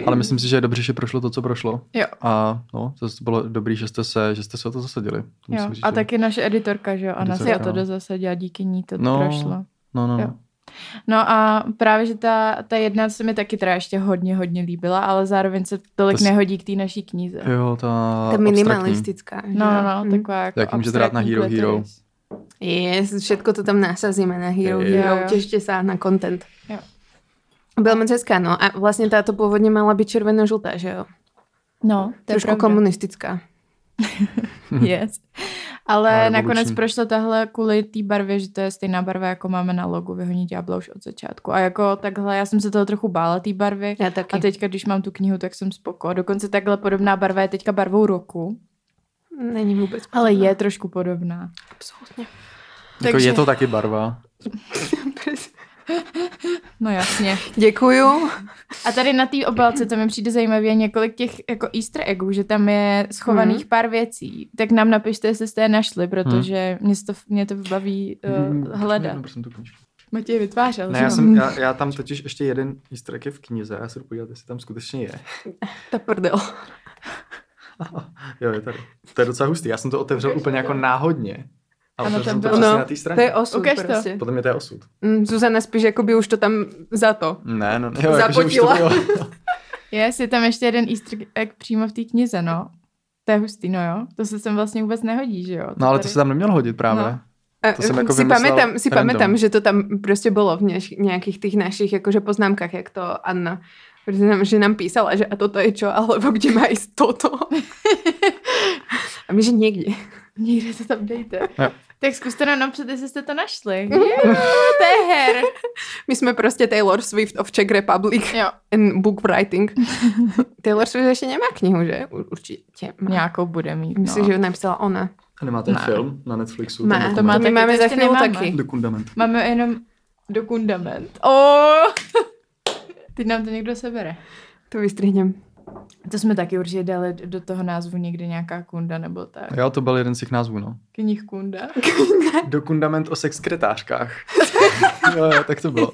[SPEAKER 1] ale myslím si, že je dobře, že prošlo to, co prošlo.
[SPEAKER 4] Jo.
[SPEAKER 1] A no, to bylo dobrý, že jste se, že jste se o to zasadili. To
[SPEAKER 2] Jo.
[SPEAKER 1] musím říct,
[SPEAKER 2] A
[SPEAKER 1] že-
[SPEAKER 2] taky naše editorka, že jo? Ona se o
[SPEAKER 1] Editorka,
[SPEAKER 2] to
[SPEAKER 1] no.
[SPEAKER 2] jde zase dělat, díky ní to
[SPEAKER 1] No.
[SPEAKER 2] prošlo.
[SPEAKER 1] No, no,
[SPEAKER 2] jo.
[SPEAKER 1] no.
[SPEAKER 2] No a právě, že ta, ta jedna se mi taky teda ještě hodně, hodně líbila, ale zároveň se tolik
[SPEAKER 1] To s-
[SPEAKER 2] nehodí k té naší knize.
[SPEAKER 1] Jo, ta,
[SPEAKER 4] Ta minimalistická. že
[SPEAKER 2] No,
[SPEAKER 4] jo.
[SPEAKER 2] no, no,
[SPEAKER 4] Hm.
[SPEAKER 2] taková jako
[SPEAKER 1] Tak můžete dát na
[SPEAKER 2] abstraktní
[SPEAKER 1] Hero Hero.
[SPEAKER 2] klitoris.
[SPEAKER 4] Yes, všetko to tam nasazíme na Hero
[SPEAKER 1] Jo,
[SPEAKER 4] Hero,
[SPEAKER 2] jo.
[SPEAKER 4] těšte sa na content.
[SPEAKER 2] Jo.
[SPEAKER 4] Veľmi hezká, no. A vlastne táto pôvodne mala byť červeno-žltá, že jo?
[SPEAKER 2] No, to je
[SPEAKER 4] Trošku
[SPEAKER 2] pravda.
[SPEAKER 4] komunistická.
[SPEAKER 2] Yes. Mhm. Ale
[SPEAKER 1] Ale
[SPEAKER 2] nakonec
[SPEAKER 1] revoluční.
[SPEAKER 2] prošlo tahle kvůli té barvě, že to je stejná barva, jako máme na logu Vyhoní ďábla už od začátku. A jako takhle, já jsem se toho trochu bála, té barvy.
[SPEAKER 4] Ja taky.
[SPEAKER 2] A teďka, když mám tu knihu, tak jsem spoko. A Dokonce takhle podobná barva je teďka barvou roku,
[SPEAKER 4] Není vůbec.
[SPEAKER 2] ale je trošku podobná.
[SPEAKER 4] Absolutně.
[SPEAKER 1] Jako
[SPEAKER 4] Takže-
[SPEAKER 1] je to taky barva.
[SPEAKER 2] No jasně.
[SPEAKER 4] Děkuju.
[SPEAKER 2] A tady na té obálce to mi přijde zajímavé je několik těch jako easter eggů, že tam je schovaných
[SPEAKER 4] Mhm.
[SPEAKER 2] pár věcí. Tak nám napište, jestli jste je našli, protože mě, to, mě to baví
[SPEAKER 1] Hmm,
[SPEAKER 2] uh, hledat.
[SPEAKER 1] prosím, prosím tu knížku.
[SPEAKER 2] Matěj vytvářel.
[SPEAKER 1] Ne,
[SPEAKER 2] že
[SPEAKER 1] já,
[SPEAKER 2] jo?
[SPEAKER 1] jsem, já, já, tam totiž ještě jeden easter egg je v knize, já se jdu podívat, jestli tam skutečně je.
[SPEAKER 4] Ta prdel.
[SPEAKER 1] Jo, je tady. To je docela hustý, já jsem to otevřel úplně jako náhodně. A
[SPEAKER 2] Ano,
[SPEAKER 1] otevřel jsem to
[SPEAKER 2] tam bylo.
[SPEAKER 1] přesně
[SPEAKER 4] No,
[SPEAKER 1] na té
[SPEAKER 4] To je
[SPEAKER 1] straně.
[SPEAKER 4] osud
[SPEAKER 2] Ukaž to.
[SPEAKER 4] prostě.
[SPEAKER 1] Potom je to je osud.
[SPEAKER 4] Mm, Zuzana spíš jakoby už to tam za to.
[SPEAKER 1] Ne, no, ne. Jo, jakože už to
[SPEAKER 4] Zapotila.
[SPEAKER 1] bylo.
[SPEAKER 2] Yes, je tam ještě jeden easter egg přímo v té knize, no. To je hustý, no jo. To se sem vlastně vůbec nehodí, že jo.
[SPEAKER 1] No, ale to
[SPEAKER 2] tady-
[SPEAKER 1] se tam nemělo hodit právě.
[SPEAKER 2] No.
[SPEAKER 4] A
[SPEAKER 1] To jsem jako
[SPEAKER 4] E, si
[SPEAKER 1] vymyslel
[SPEAKER 4] pamätám, si
[SPEAKER 1] random.
[SPEAKER 4] pamätám, že to tam prostě bylo v něž- nějakých těch našich jakože poznámkách, jak to Anna protože nám, že nám písala, že a toto je čo, alebo kde má jít toto. a my, že někde.
[SPEAKER 2] Někde to tam dejte.
[SPEAKER 1] Jo.
[SPEAKER 2] Tak zkuste nám napsat, jestli jste to našli. Yeah, to je her.
[SPEAKER 4] My jsme prostě Taylor Swift of Czech Republic
[SPEAKER 2] Jo.
[SPEAKER 4] and book writing. Taylor Swift ještě nemá knihu, že? U- Určitě má.
[SPEAKER 2] Nějakou bude mít, no.
[SPEAKER 4] Myslím, že ji napsala ona.
[SPEAKER 1] A nemá ten
[SPEAKER 2] Ne.
[SPEAKER 1] film na Netflixu?
[SPEAKER 4] Má.
[SPEAKER 1] ten
[SPEAKER 2] to má
[SPEAKER 4] To my
[SPEAKER 2] taky,
[SPEAKER 4] máme
[SPEAKER 2] to
[SPEAKER 4] za
[SPEAKER 2] ještě
[SPEAKER 4] chvíli
[SPEAKER 2] nemáme.
[SPEAKER 4] taky.
[SPEAKER 1] Dokument.
[SPEAKER 2] Máme jenom dokundament. Oh! Teď nám to někdo sebere.
[SPEAKER 4] To vystřihnem.
[SPEAKER 2] To jsme taky určitě dali do toho názvu někde nějaká kunda nebo tak.
[SPEAKER 1] Jo, to byl jeden z těch názvů, no.
[SPEAKER 2] Knih kunda.
[SPEAKER 1] Dokundament o sexkretářkách. jo, jo, tak to bylo.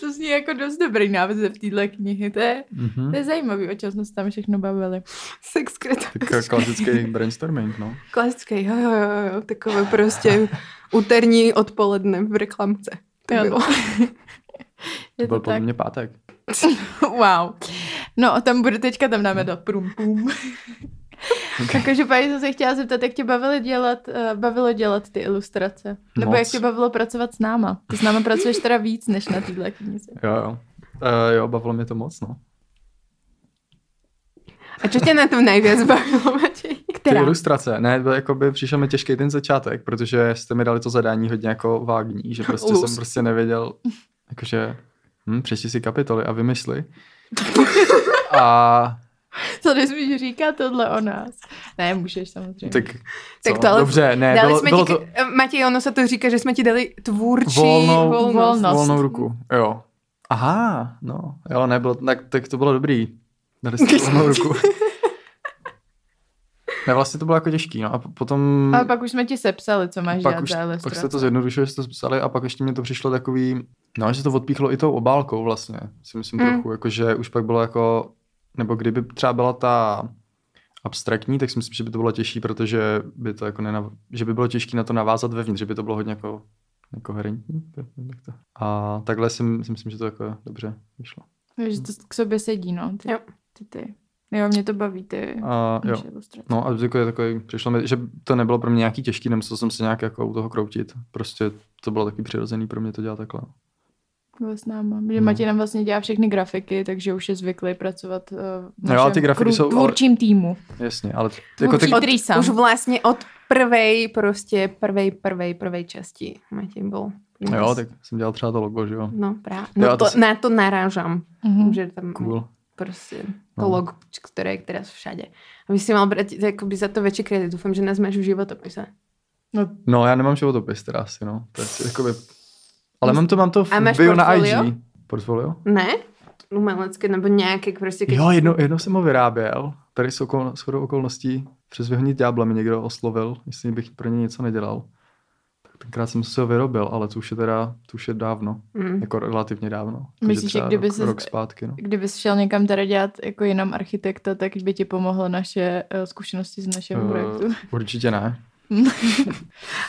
[SPEAKER 2] To zní jako dost dobrý název téhle knihy. To je,
[SPEAKER 1] Mhm.
[SPEAKER 2] to je zajímavý, o čem jsme se tam všechno bavili.
[SPEAKER 4] Sex kret.
[SPEAKER 1] Tak eh, klasický brainstorming, no.
[SPEAKER 4] Klasické, jo, jo, jo, jo, takové prostě úterní odpoledne v reklamce. To
[SPEAKER 2] Jo, no.
[SPEAKER 4] bylo.
[SPEAKER 1] To
[SPEAKER 2] Je to
[SPEAKER 1] byl podle
[SPEAKER 2] tak.
[SPEAKER 1] mě pátek.
[SPEAKER 2] Wow. No a tam bude teďka, tam dáme dát prum pum. Okay. Každopádně jsem se chtěla zeptat, jak tě bavilo dělat, eh, bavilo dělat ty ilustrace? Nebo
[SPEAKER 1] Moc.
[SPEAKER 2] jak tě bavilo pracovat s náma? Ty s náma pracuješ teda víc, než na téhle knize.
[SPEAKER 1] Jo, jo. Uh, jo, bavilo mě to moc, no.
[SPEAKER 4] A čo tě na tom nejvíc bavilo, Matěj?
[SPEAKER 1] Ty
[SPEAKER 2] Která?
[SPEAKER 1] ilustrace, ne, byl, jakoby přišel mi těžký ten začátek, protože jste mi dali to zadání hodně jako vágní, že prostě
[SPEAKER 4] Luz.
[SPEAKER 1] jsem prostě nevěděl, jakože, hm, přečti si kapitoly a vymysli. A
[SPEAKER 2] Co nesmíš říkat tohle o nás? Ne, můžeš samozřejmě.
[SPEAKER 1] tak, mm.
[SPEAKER 4] Tak
[SPEAKER 1] co?
[SPEAKER 4] to ale-
[SPEAKER 1] Dobře, ne,
[SPEAKER 4] dali
[SPEAKER 1] bylo,
[SPEAKER 4] jsme
[SPEAKER 1] bylo
[SPEAKER 4] ti,
[SPEAKER 1] to
[SPEAKER 4] to... Matěj, ono se to říká, že jsme ti dali tvůrčí
[SPEAKER 1] Volnou-
[SPEAKER 4] volnost.
[SPEAKER 2] Volnost.
[SPEAKER 1] volnou ruku. Jo. Aha, no, jo, nebylo, tak, tak to bylo dobrý. Dali jste volnou ruku. Ne, vlastně to bylo jako těžký, no. A po- potom...
[SPEAKER 2] Ale pak už jsme ti sepsali, co máš
[SPEAKER 1] pak,
[SPEAKER 2] dělat
[SPEAKER 1] už,
[SPEAKER 2] za
[SPEAKER 1] pak
[SPEAKER 2] ilustraci.
[SPEAKER 1] jste to zjednodušili, jste to psali a pak ještě mě to přišlo takový, no, že se to odpíchlo i tou obálkou vlastně, si myslím
[SPEAKER 4] Mm.
[SPEAKER 1] mm. trochu, jakože už pak bylo jako, nebo kdyby třeba byla ta abstraktní, tak si myslím, že by to bylo těžší, protože by to jako nenav... že by bylo těžké na to navázat vevnitř, že by to bylo hodně jako nekoherentní. tak- tak to. A takhle si, si myslím, že to jako dobře vyšlo.
[SPEAKER 2] Že to k sobě sedí, no. Ty,
[SPEAKER 4] Jo.
[SPEAKER 2] ty, ty. Jo, mě to baví, ty.
[SPEAKER 1] A, jo.
[SPEAKER 2] naše ilustrace.
[SPEAKER 1] No a jako je takový, přišlo mi, že to nebylo pro mě nějaký těžký, nemusel jsem se nějak jako u toho kroutit. Prostě to bylo takový přirozený pro mě to dělat takhle.
[SPEAKER 2] Byl s náma. Že
[SPEAKER 1] Hmm.
[SPEAKER 2] Matěj nám vlastně dělá všechny grafiky, takže už je zvyklý pracovat eh, v
[SPEAKER 1] No jo,
[SPEAKER 2] našem
[SPEAKER 1] ty grafiky
[SPEAKER 2] kru-
[SPEAKER 1] jsou ale-
[SPEAKER 2] tvůrčím týmu.
[SPEAKER 1] Jasně, ale
[SPEAKER 2] Jako
[SPEAKER 1] jako ty,
[SPEAKER 2] Určitě. Chytrý sám.
[SPEAKER 4] Už vlastně od prvej, prostě prvej, prvej, prvej časti Matěj byl.
[SPEAKER 1] Jo, tak jsem dělal třeba to logo, že jo.
[SPEAKER 4] No právě.
[SPEAKER 1] Jo,
[SPEAKER 4] No
[SPEAKER 1] to
[SPEAKER 4] to,
[SPEAKER 1] si-
[SPEAKER 4] na to narážam.
[SPEAKER 2] Mhm.
[SPEAKER 4] Že tam
[SPEAKER 1] Cool.
[SPEAKER 4] prostě to
[SPEAKER 1] No.
[SPEAKER 4] logo, které je teraz všade. Aby si mal brať jakoby za to větší kredit. Doufám, že nás máš v životopise.
[SPEAKER 2] No,
[SPEAKER 1] No, já nemám životopis teda asi, no. To je asi jakoby... Ale mám to, mám to v
[SPEAKER 4] A máš
[SPEAKER 1] bio na
[SPEAKER 4] portfolio?
[SPEAKER 1] IG. Portfolio?
[SPEAKER 4] Ne? Umelecké nebo nějaké prostě... Keď...
[SPEAKER 1] Jo, jednou, jednou jsem ho vyráběl. Tady jsou okol, shodou okolností. Přes vyhonit ďábla mi někdo oslovil, jestli bych pro ně něco nedělal. Tak tenkrát jsem si ho vyrobil, ale to už je teda, to už je dávno.
[SPEAKER 4] Mm.
[SPEAKER 1] Jako relativně dávno.
[SPEAKER 2] Myslíš,
[SPEAKER 1] Takže
[SPEAKER 2] že
[SPEAKER 1] třeba
[SPEAKER 2] kdyby
[SPEAKER 1] rok,
[SPEAKER 2] ses-
[SPEAKER 1] rok zpátky, no.
[SPEAKER 2] kdyby jsi šel někam teda dělat jako jinam architekta, tak by ti pomohlo naše eh, zkušenosti z našeho
[SPEAKER 1] Eh,
[SPEAKER 2] projektu.
[SPEAKER 1] Určitě ne.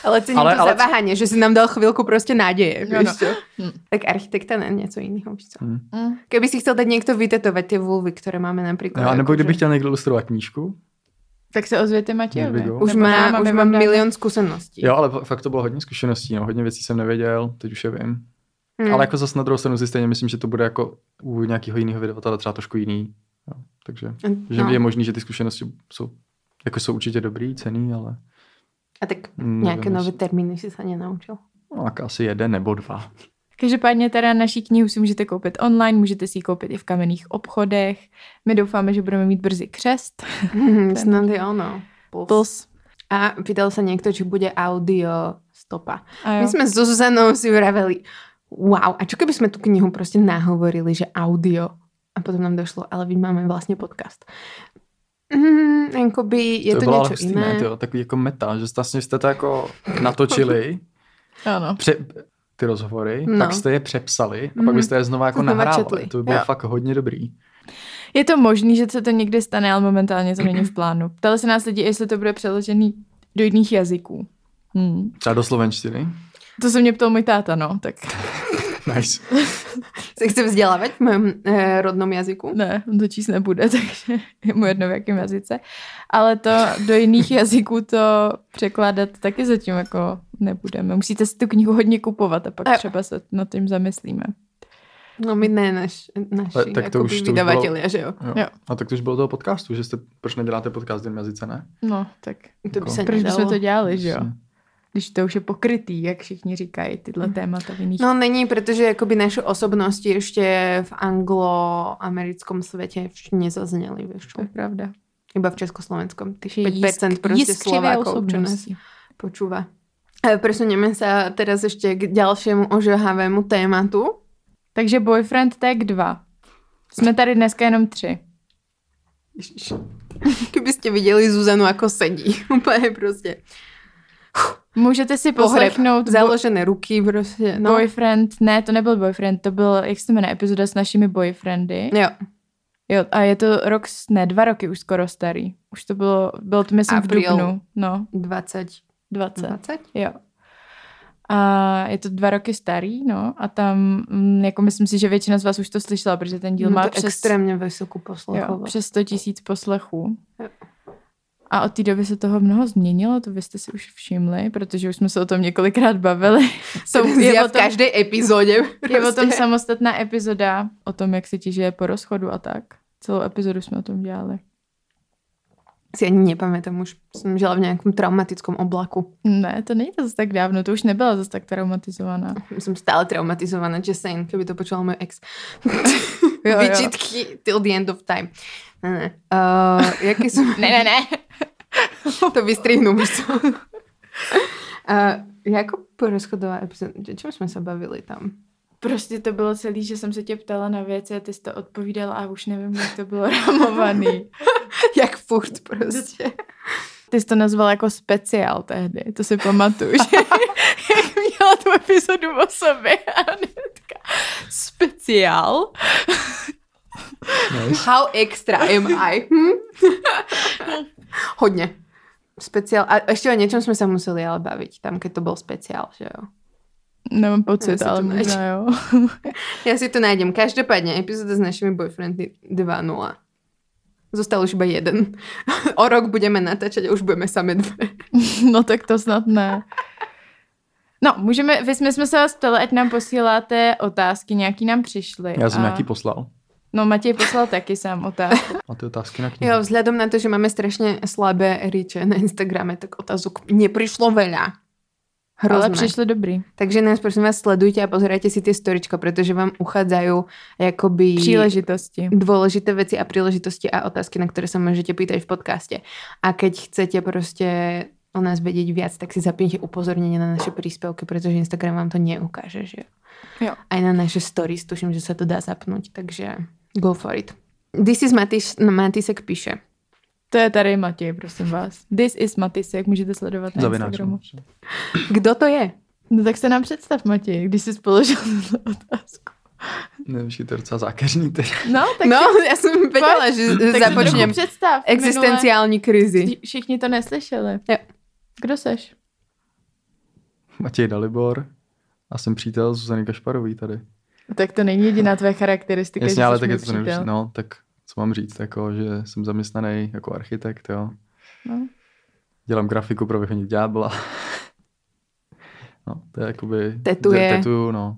[SPEAKER 4] Ale cením ale,
[SPEAKER 1] Ale-
[SPEAKER 4] to ale...
[SPEAKER 1] ale-
[SPEAKER 4] zaváhání, že si nám dal chvilku prostě naděje.
[SPEAKER 2] Jo,
[SPEAKER 4] No, no.
[SPEAKER 2] no. Mm.
[SPEAKER 4] Tak architekta ne, něco jiného. víš co?
[SPEAKER 1] Hm.
[SPEAKER 2] Mm.
[SPEAKER 4] Keby si chcel dať někdo vytetovat ty vulvy, které máme například. jako,
[SPEAKER 1] Jo, No, nebo
[SPEAKER 4] jakože-
[SPEAKER 1] kdybych chtěl někdo ilustrovat knížku.
[SPEAKER 2] Tak se ozvěte
[SPEAKER 1] Here we
[SPEAKER 2] Matějovi.
[SPEAKER 1] go.
[SPEAKER 4] Už
[SPEAKER 2] Nebo nám,
[SPEAKER 4] má,
[SPEAKER 2] aby
[SPEAKER 4] už
[SPEAKER 2] vám
[SPEAKER 4] mám
[SPEAKER 2] dal-
[SPEAKER 4] milion zkušeností.
[SPEAKER 1] Jo, ale fakt to bylo hodně zkušeností, no. hodně věcí jsem nevěděl, teď už je vím.
[SPEAKER 4] Hmm.
[SPEAKER 1] Ale jako zase na druhou stranu si stejně myslím, že to bude jako u nějakého jiného vydavatele třeba trošku jiný. Jo, takže že
[SPEAKER 4] no.
[SPEAKER 1] je možný, že ty zkušenosti jsou, jako jsou určitě dobrý, cený, ale
[SPEAKER 4] A tak
[SPEAKER 1] mm,
[SPEAKER 4] nějaké
[SPEAKER 1] nevím,
[SPEAKER 4] nové
[SPEAKER 1] jestli-
[SPEAKER 4] termíny si se nenaučil.
[SPEAKER 1] No, tak asi jeden nebo dva.
[SPEAKER 2] Každopádně teda naší knihu si můžete koupit online, můžete si ji koupit i v kamenných obchodech. My doufáme, že budeme mít brzy křest.
[SPEAKER 4] Snad je ono. Puls.
[SPEAKER 2] Plus.
[SPEAKER 4] A pýtal se někdo, či bude audio stopa.
[SPEAKER 2] A jo.
[SPEAKER 4] My jsme s Zuzanou si vraveli, wow, a čo keby jsme tu knihu prostě nahovorili, že audio. A potom nám došlo, ale my máme vlastně podcast. Mm, jakoby je to,
[SPEAKER 1] bylo ale
[SPEAKER 4] něco
[SPEAKER 1] hustý,
[SPEAKER 4] jiné.
[SPEAKER 1] Ne, tyjo, takový jako meta, že vlastně jste to jako natočili,
[SPEAKER 2] Ano.
[SPEAKER 1] pře- ty rozhovory,
[SPEAKER 4] No.
[SPEAKER 1] no. pak jste je přepsali a
[SPEAKER 4] Mhm.
[SPEAKER 1] pak byste je znova jako
[SPEAKER 4] Znova
[SPEAKER 1] nahrávali.
[SPEAKER 4] četli.
[SPEAKER 1] To by bylo
[SPEAKER 4] Jo.
[SPEAKER 1] fakt hodně dobrý.
[SPEAKER 2] Je to možný, že se to někdy stane, ale momentálně to není v plánu. Ptali se nás lidi, jestli to bude přeložený do jiných jazyků. Hmm.
[SPEAKER 1] Třeba do slovenštiny.
[SPEAKER 2] To se mě ptal můj táta, no, tak
[SPEAKER 1] Nice.
[SPEAKER 4] Se chce vzdělávat v mém eh, rodnom jazyku.
[SPEAKER 2] ne, on to číst nebude, takže je mu jedno v jakém jazyce. Ale to do jiných jazyků to překládat taky zatím jako nebudeme. Musíte si tu knihu hodně kupovat a
[SPEAKER 4] Jo.
[SPEAKER 2] pak třeba se nad tím zamyslíme.
[SPEAKER 4] No my ne, naš,
[SPEAKER 1] Ale
[SPEAKER 4] naši
[SPEAKER 1] tak to
[SPEAKER 4] jakoby
[SPEAKER 1] už- to už bylo-
[SPEAKER 4] vydavatelia, že jo.
[SPEAKER 1] Jo.
[SPEAKER 2] Jo.
[SPEAKER 1] A No tak to už bylo toho podcastu, že jste, proč neděláte podcast v jiném jazyce, ne?
[SPEAKER 2] No, tak
[SPEAKER 4] To by
[SPEAKER 1] Jako-
[SPEAKER 4] se
[SPEAKER 2] proč
[SPEAKER 4] nedalo.
[SPEAKER 2] bychom to dělali, že jo?
[SPEAKER 1] Jasně.
[SPEAKER 2] Když to už je pokrytý, jak všichni říkají, tyhle témata v jiných.
[SPEAKER 4] No není, protože jakoby naše osobnosti ještě v angloamerickom světě ještě nezazněly, víš čo?
[SPEAKER 2] to je pravda.
[SPEAKER 4] Iba v československom. Tých
[SPEAKER 2] Že
[SPEAKER 4] 5%
[SPEAKER 2] jisk-
[SPEAKER 4] prostě
[SPEAKER 2] jiskřivé
[SPEAKER 4] Slovákov, čo nás
[SPEAKER 2] osobnosti.
[SPEAKER 4] počúva. E, Presuneme sa teraz ešte k ďalšiemu ožahavému tématu.
[SPEAKER 2] Takže Boyfriend Tag 2. Jsme tady dneska jenom tři.
[SPEAKER 4] Ježiš. Keby ste videli Zuzanu, ako sedí. Úplne proste.
[SPEAKER 2] Můžete si
[SPEAKER 4] Pohreb.
[SPEAKER 2] poslechnout bo-
[SPEAKER 4] Založené ruky proste. No.
[SPEAKER 2] Boyfriend, ne, to nebyl Boyfriend, to byl, jak se to jmenuje, epizoda s našimi boyfriendy.
[SPEAKER 4] Jo.
[SPEAKER 2] Jo, a je to rok, s- ne, dva roky už skoro starý. Už to bylo, bylo to myslím
[SPEAKER 4] April.
[SPEAKER 2] v dubnu, no,
[SPEAKER 4] 20.
[SPEAKER 2] 20.
[SPEAKER 4] 20?
[SPEAKER 2] Jo. A je to dva roky starý, no, a tam, mm, jako myslím si, že většina z vás už to slyšela, protože ten díl
[SPEAKER 4] Díl má
[SPEAKER 2] má
[SPEAKER 4] No, to
[SPEAKER 2] přes,
[SPEAKER 4] extrémně vysokou
[SPEAKER 2] jo,
[SPEAKER 4] poslechovost.
[SPEAKER 2] přes 100 tisíc poslechů.
[SPEAKER 4] Jo.
[SPEAKER 2] A od té doby se toho mnoho změnilo, to vy jste si už všimli, protože už jsme se o tom několikrát bavili. Jsou, je,
[SPEAKER 4] Já
[SPEAKER 2] o
[SPEAKER 4] v
[SPEAKER 2] tom,
[SPEAKER 4] každé epizodě.
[SPEAKER 2] je o tom
[SPEAKER 4] prostě.
[SPEAKER 2] samostatná epizoda, o tom, jak se ti žije po rozchodu a tak. Celou epizodu jsme o tom dělali.
[SPEAKER 4] Si ani nepamätám, už jsem žila v nějakém traumatickom oblaku.
[SPEAKER 2] Ne, to není zase tak dávno, to už nebyla zase tak traumatizovaná.
[SPEAKER 4] Jsem stále traumatizovaná, že sen, keby to počula můj ex.
[SPEAKER 2] Jo, jo.
[SPEAKER 4] Výčitky till the end of time. Ne, ne. Uh, jaký jsou...
[SPEAKER 2] Ne, ne, ne.
[SPEAKER 4] to vystrihnu, víš co? uh, jako průschodová epizoda, o čem jsme se bavili tam?
[SPEAKER 2] Prostě to bylo celý, že jsem se tě ptala na věci a ty jsi to odpovídala a už nevím, jak to bylo rámovaný.
[SPEAKER 4] Jak furt prostě.
[SPEAKER 2] Ty jsi to nazvala jako speciál tehdy, to si pamatuju, že jak měla tu epizodu o sobě a hnedka speciál.
[SPEAKER 1] Nice.
[SPEAKER 4] How extra am I? Hm? Hodně. Speciál. A ještě o něčem jsme se museli ale bavit, tam, keď to byl speciál, že jo?
[SPEAKER 2] Nemám pocit,
[SPEAKER 4] Jestli to
[SPEAKER 2] ale
[SPEAKER 4] máš.
[SPEAKER 2] možná jo.
[SPEAKER 4] Já si to najdem. Každopádně epizoda s našimi boyfriendy 2.0. Zostal už iba jeden. o rok budeme natáčet a už budeme sami dve.
[SPEAKER 2] No tak to snad ne. No, můžeme, vy jsme, jsme se vás ptali, ať nám posíláte otázky, nějaký nám přišly.
[SPEAKER 1] Já jsem
[SPEAKER 2] a-
[SPEAKER 1] nějaký poslal.
[SPEAKER 2] No Matěj poslal taky sám otázku.
[SPEAKER 1] A ty otázky na knihu.
[SPEAKER 4] Jo, vzhledem na to, že máme strašně slabé riče na Instagrame, tak otázok neprišlo veľa. Hrozné.
[SPEAKER 2] Ale přišly dobrý.
[SPEAKER 4] Takže nás prosím vás sledujte a pozerajte si ty storička, protože vám uchádzají jakoby...
[SPEAKER 2] Příležitosti.
[SPEAKER 4] dôležité veci a príležitosti a otázky, na ktoré sa môžete pýtať v podcaste. A keď chcete proste o nás vedieť viac, tak si zapnite upozornenie na naše príspevky, pretože Instagram vám to neukáže, že
[SPEAKER 2] Jo.
[SPEAKER 4] Aj na naše stories, tuším, že sa to dá zapnúť, takže go for it. This is Matis, Matisek píše.
[SPEAKER 2] To je tady Matěj, prosím vás. This is Matisek, můžete sledovat na
[SPEAKER 1] Zavináč.
[SPEAKER 2] Instagramu.
[SPEAKER 4] Kdo to je?
[SPEAKER 2] No tak se nám představ, Matěj, když jsi položil tuto otázku.
[SPEAKER 1] Nevím, že to je docela zákeřní teď.
[SPEAKER 2] No, tak
[SPEAKER 4] no,
[SPEAKER 2] si-
[SPEAKER 4] ja som vedela, že
[SPEAKER 2] tak si
[SPEAKER 4] započnem
[SPEAKER 2] trochu představ.
[SPEAKER 4] existenciální krizi.
[SPEAKER 2] Minule Všichni to neslyšeli.
[SPEAKER 4] Jo.
[SPEAKER 2] Kdo seš?
[SPEAKER 1] Matěj Dalibor. A jsem přítel Zuzany Gašparový tady.
[SPEAKER 2] Tak to není jediná tvoje charakteristika,
[SPEAKER 1] Jasně,
[SPEAKER 2] že
[SPEAKER 1] ale
[SPEAKER 2] jsi
[SPEAKER 1] tak
[SPEAKER 2] můj
[SPEAKER 1] je to co nejlepší.
[SPEAKER 2] přítel.
[SPEAKER 1] No, tak co mám říct, jako, že jsem zaměstnaný jako architekt, jo.
[SPEAKER 2] No.
[SPEAKER 1] Dělám grafiku pro vyhonit ďábla. No, to je jakoby...
[SPEAKER 4] Tetuje.
[SPEAKER 1] Tetuju, no.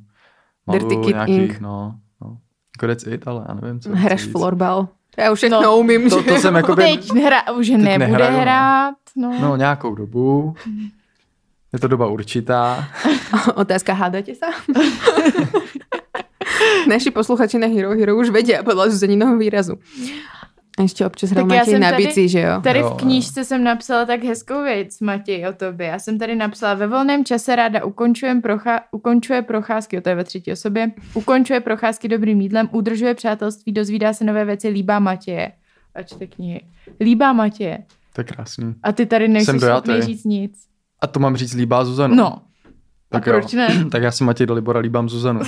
[SPEAKER 1] Maluju
[SPEAKER 4] Dirty Kid
[SPEAKER 1] nějaký,
[SPEAKER 4] Ink.
[SPEAKER 1] No, no. Jako that's it, ale já nevím, co
[SPEAKER 4] Hraš
[SPEAKER 1] co říct.
[SPEAKER 4] florbal. Ja už všechno
[SPEAKER 2] No.
[SPEAKER 4] umím.
[SPEAKER 1] To,
[SPEAKER 4] že
[SPEAKER 1] to
[SPEAKER 4] jo.
[SPEAKER 1] jsem jakoby...
[SPEAKER 2] Teď hra, už nebude
[SPEAKER 1] Jako nehraju, no.
[SPEAKER 2] hrát. No.
[SPEAKER 1] No, nějakou dobu. Je to doba určitá.
[SPEAKER 4] Otázka, hádate sa? Naši posluchači na Hero Hero už vedia podľa Zuzaninovho výrazu. Ešte občas hral
[SPEAKER 2] Tak ja
[SPEAKER 4] Matej
[SPEAKER 2] som
[SPEAKER 4] na
[SPEAKER 2] tady-
[SPEAKER 4] bicí, že jo?
[SPEAKER 2] Tady
[SPEAKER 1] Jo, no.
[SPEAKER 2] v knížce jsem napsala tak hezkou věc, Matěj, o tobě. Já jsem tady napsala, ve volném čase ráda ukončujem procha, ukončuje procházky, jo, to je ve třetí osobě, ukončuje procházky dobrým jídlem, udržuje přátelství, dozvídá se nové věci, líbá Matěje. A čte knihy. Líbá Matěje.
[SPEAKER 1] To je krásný.
[SPEAKER 2] A ty tady nejsi
[SPEAKER 1] Jsem dojatý.
[SPEAKER 2] schopný říct nic.
[SPEAKER 1] A to mám říct líbá Zuzanu.
[SPEAKER 2] No.
[SPEAKER 1] tak
[SPEAKER 2] a proč
[SPEAKER 1] jo.
[SPEAKER 2] ne?
[SPEAKER 1] Tak já si Matěj Dalibora líbám Zuzanu.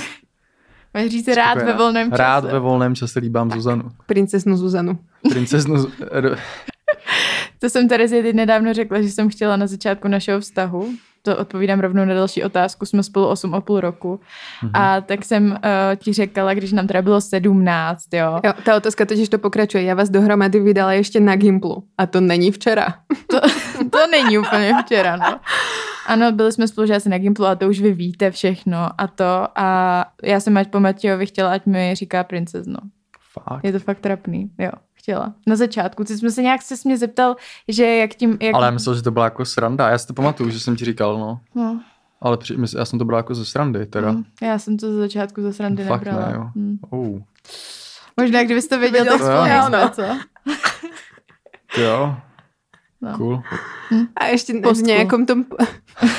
[SPEAKER 2] Máš říct rád ve
[SPEAKER 1] Spokojená.
[SPEAKER 2] volném čase.
[SPEAKER 1] Rád ve volném čase líbám Zuzanu.
[SPEAKER 4] Princesnu Zuzanu.
[SPEAKER 1] Princeznu... Z- r-
[SPEAKER 2] To jsem tady teď nedávno řekla, že jsem chtěla na začátku našeho vztahu, to odpovídám rovnou na další otázku, jsme spolu 8,5 roku
[SPEAKER 1] Mhm.
[SPEAKER 2] a tak jsem uh, ti řekla, když nám teda bylo 17, jo.
[SPEAKER 4] Jo, ta otázka totiž to pokračuje. Ja vás dohromady vydala ještě na Gimplu. A to není včera.
[SPEAKER 2] To není úplně včera, no. Ano, byli jsme spolužáci na Gimplu a to už vy víte všechno a to a já jsem ať po Matějovi chtěla, ať mi říká princezno.
[SPEAKER 1] Fakt.
[SPEAKER 2] Je to fakt trapný, jo, chtěla. Na začátku, ty jsme se nějak se mě zeptal, že jak tím... Jak...
[SPEAKER 1] Ale já myslel, že to byla jako sranda. Já si to pamatuju, že jsem ti říkal, no.
[SPEAKER 2] no.
[SPEAKER 1] Ale při, mysl, já jsem to bral jako ze srandy, teda. No
[SPEAKER 2] Mm, Já jsem to ze začátku ze srandy
[SPEAKER 1] Fakt ne,
[SPEAKER 2] nebrala.
[SPEAKER 1] jo.
[SPEAKER 2] Mm.
[SPEAKER 1] Uh,
[SPEAKER 2] Možná, kdybyste to věděl,
[SPEAKER 4] Věděl
[SPEAKER 2] tak
[SPEAKER 1] to,
[SPEAKER 2] spolu
[SPEAKER 1] jo.
[SPEAKER 2] nejsme, co?
[SPEAKER 1] jo,
[SPEAKER 2] No.
[SPEAKER 1] cool.
[SPEAKER 4] A ještě
[SPEAKER 2] Postku.
[SPEAKER 4] v nějakom tom,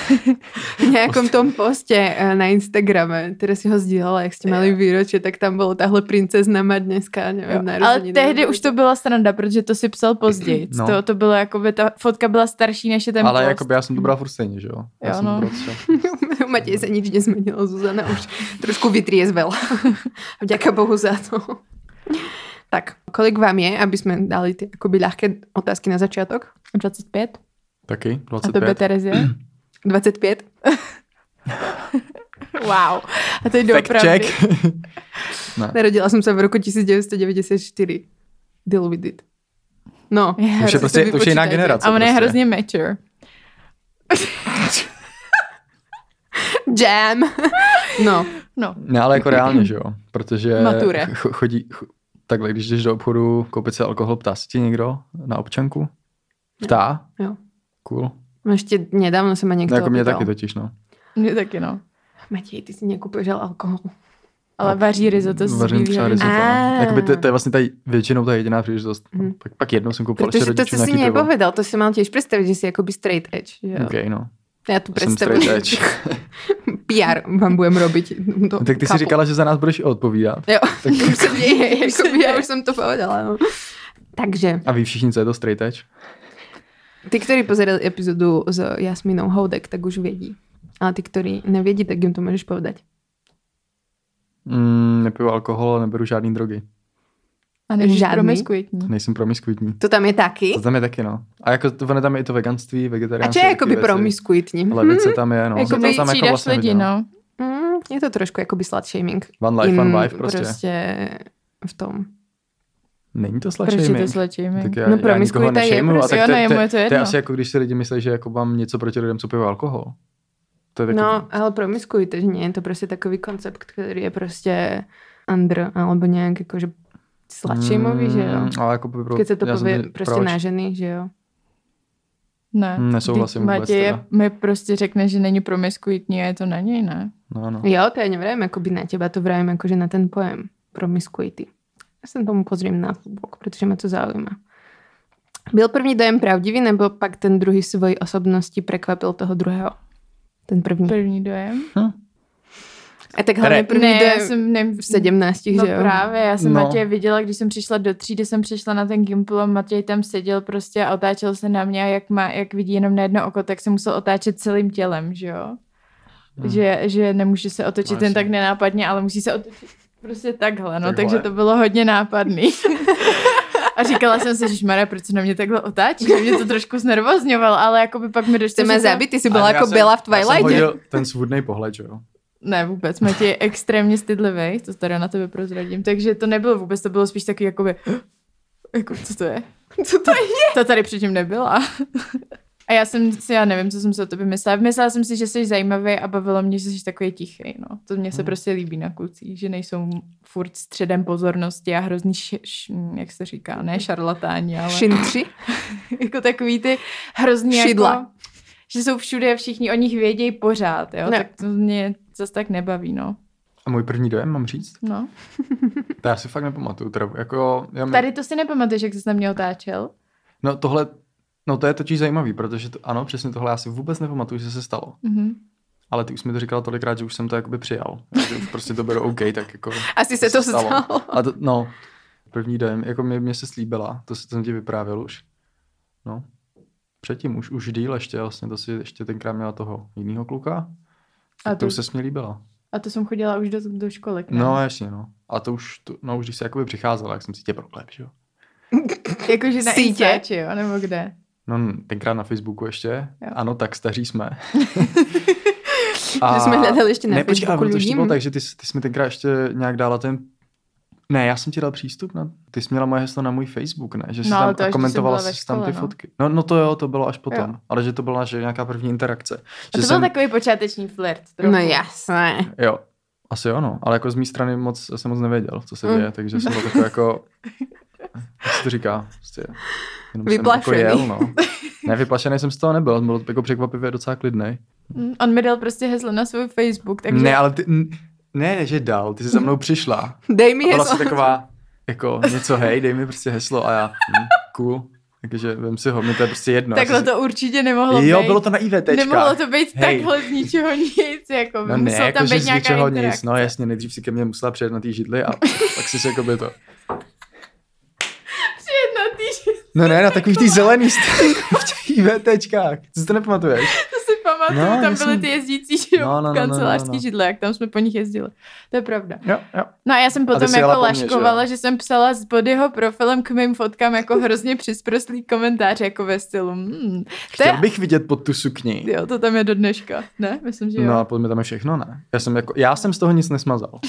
[SPEAKER 4] v nějakom tom postě eh, na Instagrame, které si ho sdílela, jak jste měli výročí, tak tam bylo tahle princezna má dneska,
[SPEAKER 2] Jo,
[SPEAKER 4] nevím,
[SPEAKER 2] ale
[SPEAKER 4] narozeniny.
[SPEAKER 2] tehdy už to byla sranda, protože to si psal později. No.
[SPEAKER 1] No.
[SPEAKER 2] To, to bylo jakoby, ta fotka byla starší než je ten
[SPEAKER 1] Ale
[SPEAKER 2] post.
[SPEAKER 1] jakoby já jsem to bral furt stejně, že jo? Já
[SPEAKER 2] Jo,
[SPEAKER 1] jsem
[SPEAKER 2] no.
[SPEAKER 1] to bral třeba-
[SPEAKER 4] U Matěje se nič nezmenilo, Zuzana už trošku vytriezvela. Vďaka Bohu za to. Tak, kolik vám je, aby jsme dali ty akoby ľahké otázky na začátek?
[SPEAKER 2] 25.
[SPEAKER 1] Taky,
[SPEAKER 2] A to by
[SPEAKER 1] 25.
[SPEAKER 2] Terezie?
[SPEAKER 4] 25?
[SPEAKER 2] wow. A to jde
[SPEAKER 1] Fact
[SPEAKER 2] opravdu.
[SPEAKER 1] check.
[SPEAKER 4] Narodila jsem se v roku 1994. Deal with it. No,
[SPEAKER 1] To už je prostě, to už je jiná generace.
[SPEAKER 2] A on je
[SPEAKER 1] prostě.
[SPEAKER 2] hrozně mature.
[SPEAKER 4] jam. No,
[SPEAKER 2] No.
[SPEAKER 1] Ne, ale jako reálně, že jo? Protože
[SPEAKER 2] Mature.
[SPEAKER 1] cho- chodí, cho- takhle, když jdeš do obchodu koupit si alkohol, ptá se ti někdo na občanku? Ptá?
[SPEAKER 4] jo.
[SPEAKER 1] Cool.
[SPEAKER 4] No ještě nedávno se mě někdo
[SPEAKER 1] No, jako mě
[SPEAKER 4] opýtal.
[SPEAKER 1] taky totiž, no.
[SPEAKER 2] Mě taky, no.
[SPEAKER 4] Matěj, ty si nekupuješ alkohol.
[SPEAKER 2] Ale vaří risotto z
[SPEAKER 1] Vařím třeba
[SPEAKER 2] bílého vína.
[SPEAKER 1] risotto. no.
[SPEAKER 4] Ah.
[SPEAKER 1] Jakoby to, to je vlastně tady většinou ta jediná příležitost.
[SPEAKER 4] Mhm.
[SPEAKER 1] Pak, pak jednou jsem koupil ještě
[SPEAKER 4] Protože to, co
[SPEAKER 1] rodičům
[SPEAKER 4] si
[SPEAKER 1] nějaký pivo.
[SPEAKER 4] nepovedal, to si mal tiež predstaviť, že si akoby straight edge. Že? jo? Prostě
[SPEAKER 1] OK, no.
[SPEAKER 4] Ja tu
[SPEAKER 1] Jsem straight
[SPEAKER 4] predstavujem.
[SPEAKER 1] edge.
[SPEAKER 4] PR vám budem robiť. Do
[SPEAKER 1] tak ty si
[SPEAKER 4] kapu.
[SPEAKER 1] říkala, že za nás budeš odpovídat.
[SPEAKER 4] Jo,
[SPEAKER 1] Tak-
[SPEAKER 4] tak... už se děje, jakoby, já už jsem to povedala. No. Takže,
[SPEAKER 1] A vy všichni, co je to straight edge?
[SPEAKER 4] ty, ktorí pozerali epizodu s Jasminou Houdek, tak už vědí. Ale ty, ktorí nevědí, tak jim to můžeš povedať.
[SPEAKER 1] Mm, nepiju alkohol a neberu žádný drogy.
[SPEAKER 2] A než
[SPEAKER 4] Žádný.
[SPEAKER 2] promiskuitní.
[SPEAKER 1] Nejsem promiskuitní.
[SPEAKER 4] To tam je taky.
[SPEAKER 1] To tam je taky, no. A jako to, ono tam je i to veganství,
[SPEAKER 4] A
[SPEAKER 1] vegetariánství.
[SPEAKER 4] čo je
[SPEAKER 1] jaký
[SPEAKER 4] jakoby
[SPEAKER 1] věci.
[SPEAKER 4] promiskuitní?
[SPEAKER 1] Levice tam je, no.
[SPEAKER 2] Jako
[SPEAKER 1] To tam
[SPEAKER 2] třídaš lidi,
[SPEAKER 1] hodně,
[SPEAKER 2] no.
[SPEAKER 4] Mm, je to trošku jakoby slut shaming.
[SPEAKER 1] One life,
[SPEAKER 4] Jim
[SPEAKER 1] one life prostě.
[SPEAKER 4] prostě v tom.
[SPEAKER 1] Není to slut
[SPEAKER 2] Proč je to
[SPEAKER 1] shaming.
[SPEAKER 2] slečíme?
[SPEAKER 1] Tak
[SPEAKER 4] No
[SPEAKER 1] já, já nikoho
[SPEAKER 4] promiskuita je
[SPEAKER 1] nešejmu, a
[SPEAKER 4] prostě-
[SPEAKER 1] tak
[SPEAKER 2] Jo,
[SPEAKER 1] to,
[SPEAKER 2] no, jemu je to
[SPEAKER 1] to, je
[SPEAKER 2] jedno.
[SPEAKER 1] asi jako když si lidi myslí, že jako mám něco proti lidem, co pijou alkohol. To je jako- takový,
[SPEAKER 4] No, ale promiskuitě, že nie, je to prostě takový koncept, který je prostě under, alebo nějak jakože slut shamingový, že jo.
[SPEAKER 1] Mm, Ale jako by pro,
[SPEAKER 4] Když se to
[SPEAKER 1] já jsem
[SPEAKER 4] pově
[SPEAKER 1] to-
[SPEAKER 4] prostě
[SPEAKER 1] proč?
[SPEAKER 4] na ženy, že jo.
[SPEAKER 2] Ne.
[SPEAKER 1] Hm, nesouhlasím
[SPEAKER 2] Vždyť
[SPEAKER 1] vůbec
[SPEAKER 2] Matěj
[SPEAKER 1] teda.
[SPEAKER 2] je, mi prostě řekne, že není promiskuitní a je to na něj, ne?
[SPEAKER 1] No, no.
[SPEAKER 4] Jo, to já nevím, jakoby na těba, to vrajím jakože na ten pojem promiskuity. Já jsem tomu pozrím na hlubok, protože mě to zaujíma. Byl první dojem pravdivý, nebo pak ten druhý svojí osobností překvapil toho druhého? Ten první.
[SPEAKER 2] První dojem.
[SPEAKER 1] Hm?
[SPEAKER 4] A tak hlavně
[SPEAKER 1] Re-
[SPEAKER 4] první
[SPEAKER 2] já
[SPEAKER 4] dojem
[SPEAKER 2] jsem ne...
[SPEAKER 4] v sedmnácti,
[SPEAKER 2] No
[SPEAKER 4] že jo.
[SPEAKER 2] právě, já jsem
[SPEAKER 1] No.
[SPEAKER 2] no. Matěje viděla, když jsem přišla do třídy, jsem přišla na ten gimpl a Matěj tam seděl prostě a otáčel se na mě a jak, má, jak vidí jenom na jedno oko, tak se musel otáčet celým tělem, že jo?
[SPEAKER 1] Hm.
[SPEAKER 2] Že, že nemůže se otočit
[SPEAKER 1] Vážně.
[SPEAKER 2] jen tak nenápadně, ale musí se otočit prostě takhle, no,
[SPEAKER 1] Takhle.
[SPEAKER 2] takže to bylo hodně nápadný. A říkala jsem si, že Mara, proč se na mě takhle otáčí? Že mě to trošku znervozňoval, ale jako by pak mi došlo,
[SPEAKER 4] Chceme
[SPEAKER 2] že to-
[SPEAKER 4] zabít, ty jsi
[SPEAKER 1] Ale
[SPEAKER 4] byla
[SPEAKER 1] já
[SPEAKER 4] jako
[SPEAKER 1] jsem-
[SPEAKER 4] Bela v
[SPEAKER 1] Já jsem
[SPEAKER 4] Twilightě.
[SPEAKER 1] hodil ten svůdnej pohled, že jo.
[SPEAKER 2] Ne, vůbec. Matěj je extrémně stydlivý, to tady na tebe prozradím. Takže to nebylo vůbec, to bylo spíš takový jakoby, jako, co to je?
[SPEAKER 4] Co to je?
[SPEAKER 2] To tady předtím nebyla. A já jsem si, já nevím, co jsem si o tobě myslela. Myslela jsem si, že jsi zajímavý a bavilo mě, že jsi takový tichý. No. To mě se
[SPEAKER 1] Hmm.
[SPEAKER 2] prostě líbí na klucích, že nejsou furt středem pozornosti a hrozný, š, š, jak se říká, ne šarlatáni, ale
[SPEAKER 4] Šintři?
[SPEAKER 2] jako takový ty hrozný Jako,
[SPEAKER 4] Šidla.
[SPEAKER 2] že jsou všude a všichni o nich vědějí pořád, jo?
[SPEAKER 4] Ne.
[SPEAKER 2] tak to mě zase tak nebaví, no.
[SPEAKER 1] A můj první dojem mám říct?
[SPEAKER 2] no.
[SPEAKER 1] To já si fakt nepamatuju. Teda, jako, já mi-
[SPEAKER 2] Tady to si nepamatuješ, jak jsi na mě otáčel?
[SPEAKER 1] No tohle, no to je totiž zajímavý, protože to, ano, přesně tohle já si vůbec nepamatuju, že se stalo.
[SPEAKER 2] Mhm.
[SPEAKER 1] Ale ty už mi to říkala tolikrát, že už jsem to jakoby přijal. Že už prostě to bylo OK, tak jako...
[SPEAKER 4] Asi se to
[SPEAKER 1] stalo.
[SPEAKER 4] stalo.
[SPEAKER 1] A to, no, první den, jako mě, mě se slíbila, to si- to jsem ti vyprávěl už. No, předtím už, už díl ještě, vlastně to si ještě tenkrát měla toho jiného kluka.
[SPEAKER 2] A
[SPEAKER 1] A to
[SPEAKER 2] to,
[SPEAKER 1] už se s mě líbila.
[SPEAKER 2] a to jsem chodila už do, do školek, ne?
[SPEAKER 1] No, jasně, no. A to už, to, no už když se jakoby přicházela, jak jsem si tě proklep, že jo.
[SPEAKER 2] Jakože na
[SPEAKER 4] Sítě.
[SPEAKER 2] Instači, jo, nebo kde?
[SPEAKER 1] No, tenkrát na Facebooku ještě.
[SPEAKER 2] Jo.
[SPEAKER 1] Ano, tak staří jsme.
[SPEAKER 4] Že jsme hledali ještě na
[SPEAKER 1] ne, počkej, ale
[SPEAKER 4] Facebooku
[SPEAKER 1] ono to ještě
[SPEAKER 4] lidi.
[SPEAKER 1] bylo tak, že ty, jsi- ty jsi mi tenkrát ještě nějak dala ten... Ne, já jsem ti dal přístup na... Ty jsi měla moje heslo na můj Facebook, ne? Že jsi
[SPEAKER 2] No,
[SPEAKER 1] tam
[SPEAKER 2] ale to
[SPEAKER 1] a
[SPEAKER 2] až když jsem
[SPEAKER 1] komentovala
[SPEAKER 2] byla ve
[SPEAKER 1] jsi tam ty
[SPEAKER 2] škole, no.
[SPEAKER 1] fotky. No, no to jo, to bylo až potom.
[SPEAKER 2] Jo.
[SPEAKER 1] Ale že to byla naše nějaká první interakce.
[SPEAKER 2] A to byl
[SPEAKER 1] že jsem...
[SPEAKER 2] takový počáteční flirt. trochu.
[SPEAKER 4] No jasné.
[SPEAKER 1] Jo, asi jo, no. Ale jako z mé strany moc, já jsem moc nevěděl, co se
[SPEAKER 4] Mm.
[SPEAKER 1] děje, takže jsem byl takový jako... Jak se to říká? Prostě, jenom jsem
[SPEAKER 4] Vyplašený.
[SPEAKER 1] Jako jel, no. Ne, vyplašený jsem z toho nebyl, byl jako překvapivě docela klidnej.
[SPEAKER 2] Mm, On mi dal prostě heslo na svůj Facebook, takže...
[SPEAKER 1] Ne, ale ty, n- ne, ne, že dal, ty jsi za mnou přišla.
[SPEAKER 4] Dej mi
[SPEAKER 1] A byla jsi
[SPEAKER 4] heslo.
[SPEAKER 1] taková, jako něco, hej, dej mi prostě heslo a já, hm, cool. Takže vem si ho, mi to je prostě jedno. já
[SPEAKER 2] takhle
[SPEAKER 1] jsem si-
[SPEAKER 2] to určitě nemohlo
[SPEAKER 1] Jo,
[SPEAKER 2] být.
[SPEAKER 1] bylo to na IVTčkách.
[SPEAKER 2] Nemohlo to být
[SPEAKER 1] Hej.
[SPEAKER 2] takhle z ničeho nic, jako
[SPEAKER 1] No ne,
[SPEAKER 2] musel tam
[SPEAKER 1] jakože
[SPEAKER 2] být
[SPEAKER 1] z
[SPEAKER 2] nějaká
[SPEAKER 1] ničeho
[SPEAKER 2] interakce.
[SPEAKER 1] nic. No jasně, nejdřív si ke mně musela přijet na té židli a pak si jako by to...
[SPEAKER 2] Přijednatý, že
[SPEAKER 1] No ne, na takový tý zelený stran v těch IVTčkách. Co si to nepamatuješ?
[SPEAKER 2] to si pamatuju,
[SPEAKER 1] No, já
[SPEAKER 2] tam byly
[SPEAKER 1] jsem-
[SPEAKER 2] ty jezdící že jo,
[SPEAKER 1] No, no, no, no,
[SPEAKER 2] kancelářský
[SPEAKER 1] no, no.
[SPEAKER 2] židle, jak tam jsme po nich jezdili. To je pravda.
[SPEAKER 1] Jo, jo.
[SPEAKER 2] No a já jsem
[SPEAKER 1] ty
[SPEAKER 2] potom
[SPEAKER 1] jsi jela
[SPEAKER 2] jako
[SPEAKER 1] po mně, že jo?
[SPEAKER 2] laškovala, že, jsem psala s pod jeho profilem k mým fotkám jako hrozně přisprostlý komentář jako ve stylu hmm, to je,
[SPEAKER 1] Chtěl bych vidět pod tu sukni.
[SPEAKER 2] jo, to tam je do dneška, ne? Myslím, že jo.
[SPEAKER 1] No
[SPEAKER 2] No,
[SPEAKER 1] a podle mě tam je všechno, ne? Já jsem, jako, já jsem z toho nic nesmazal.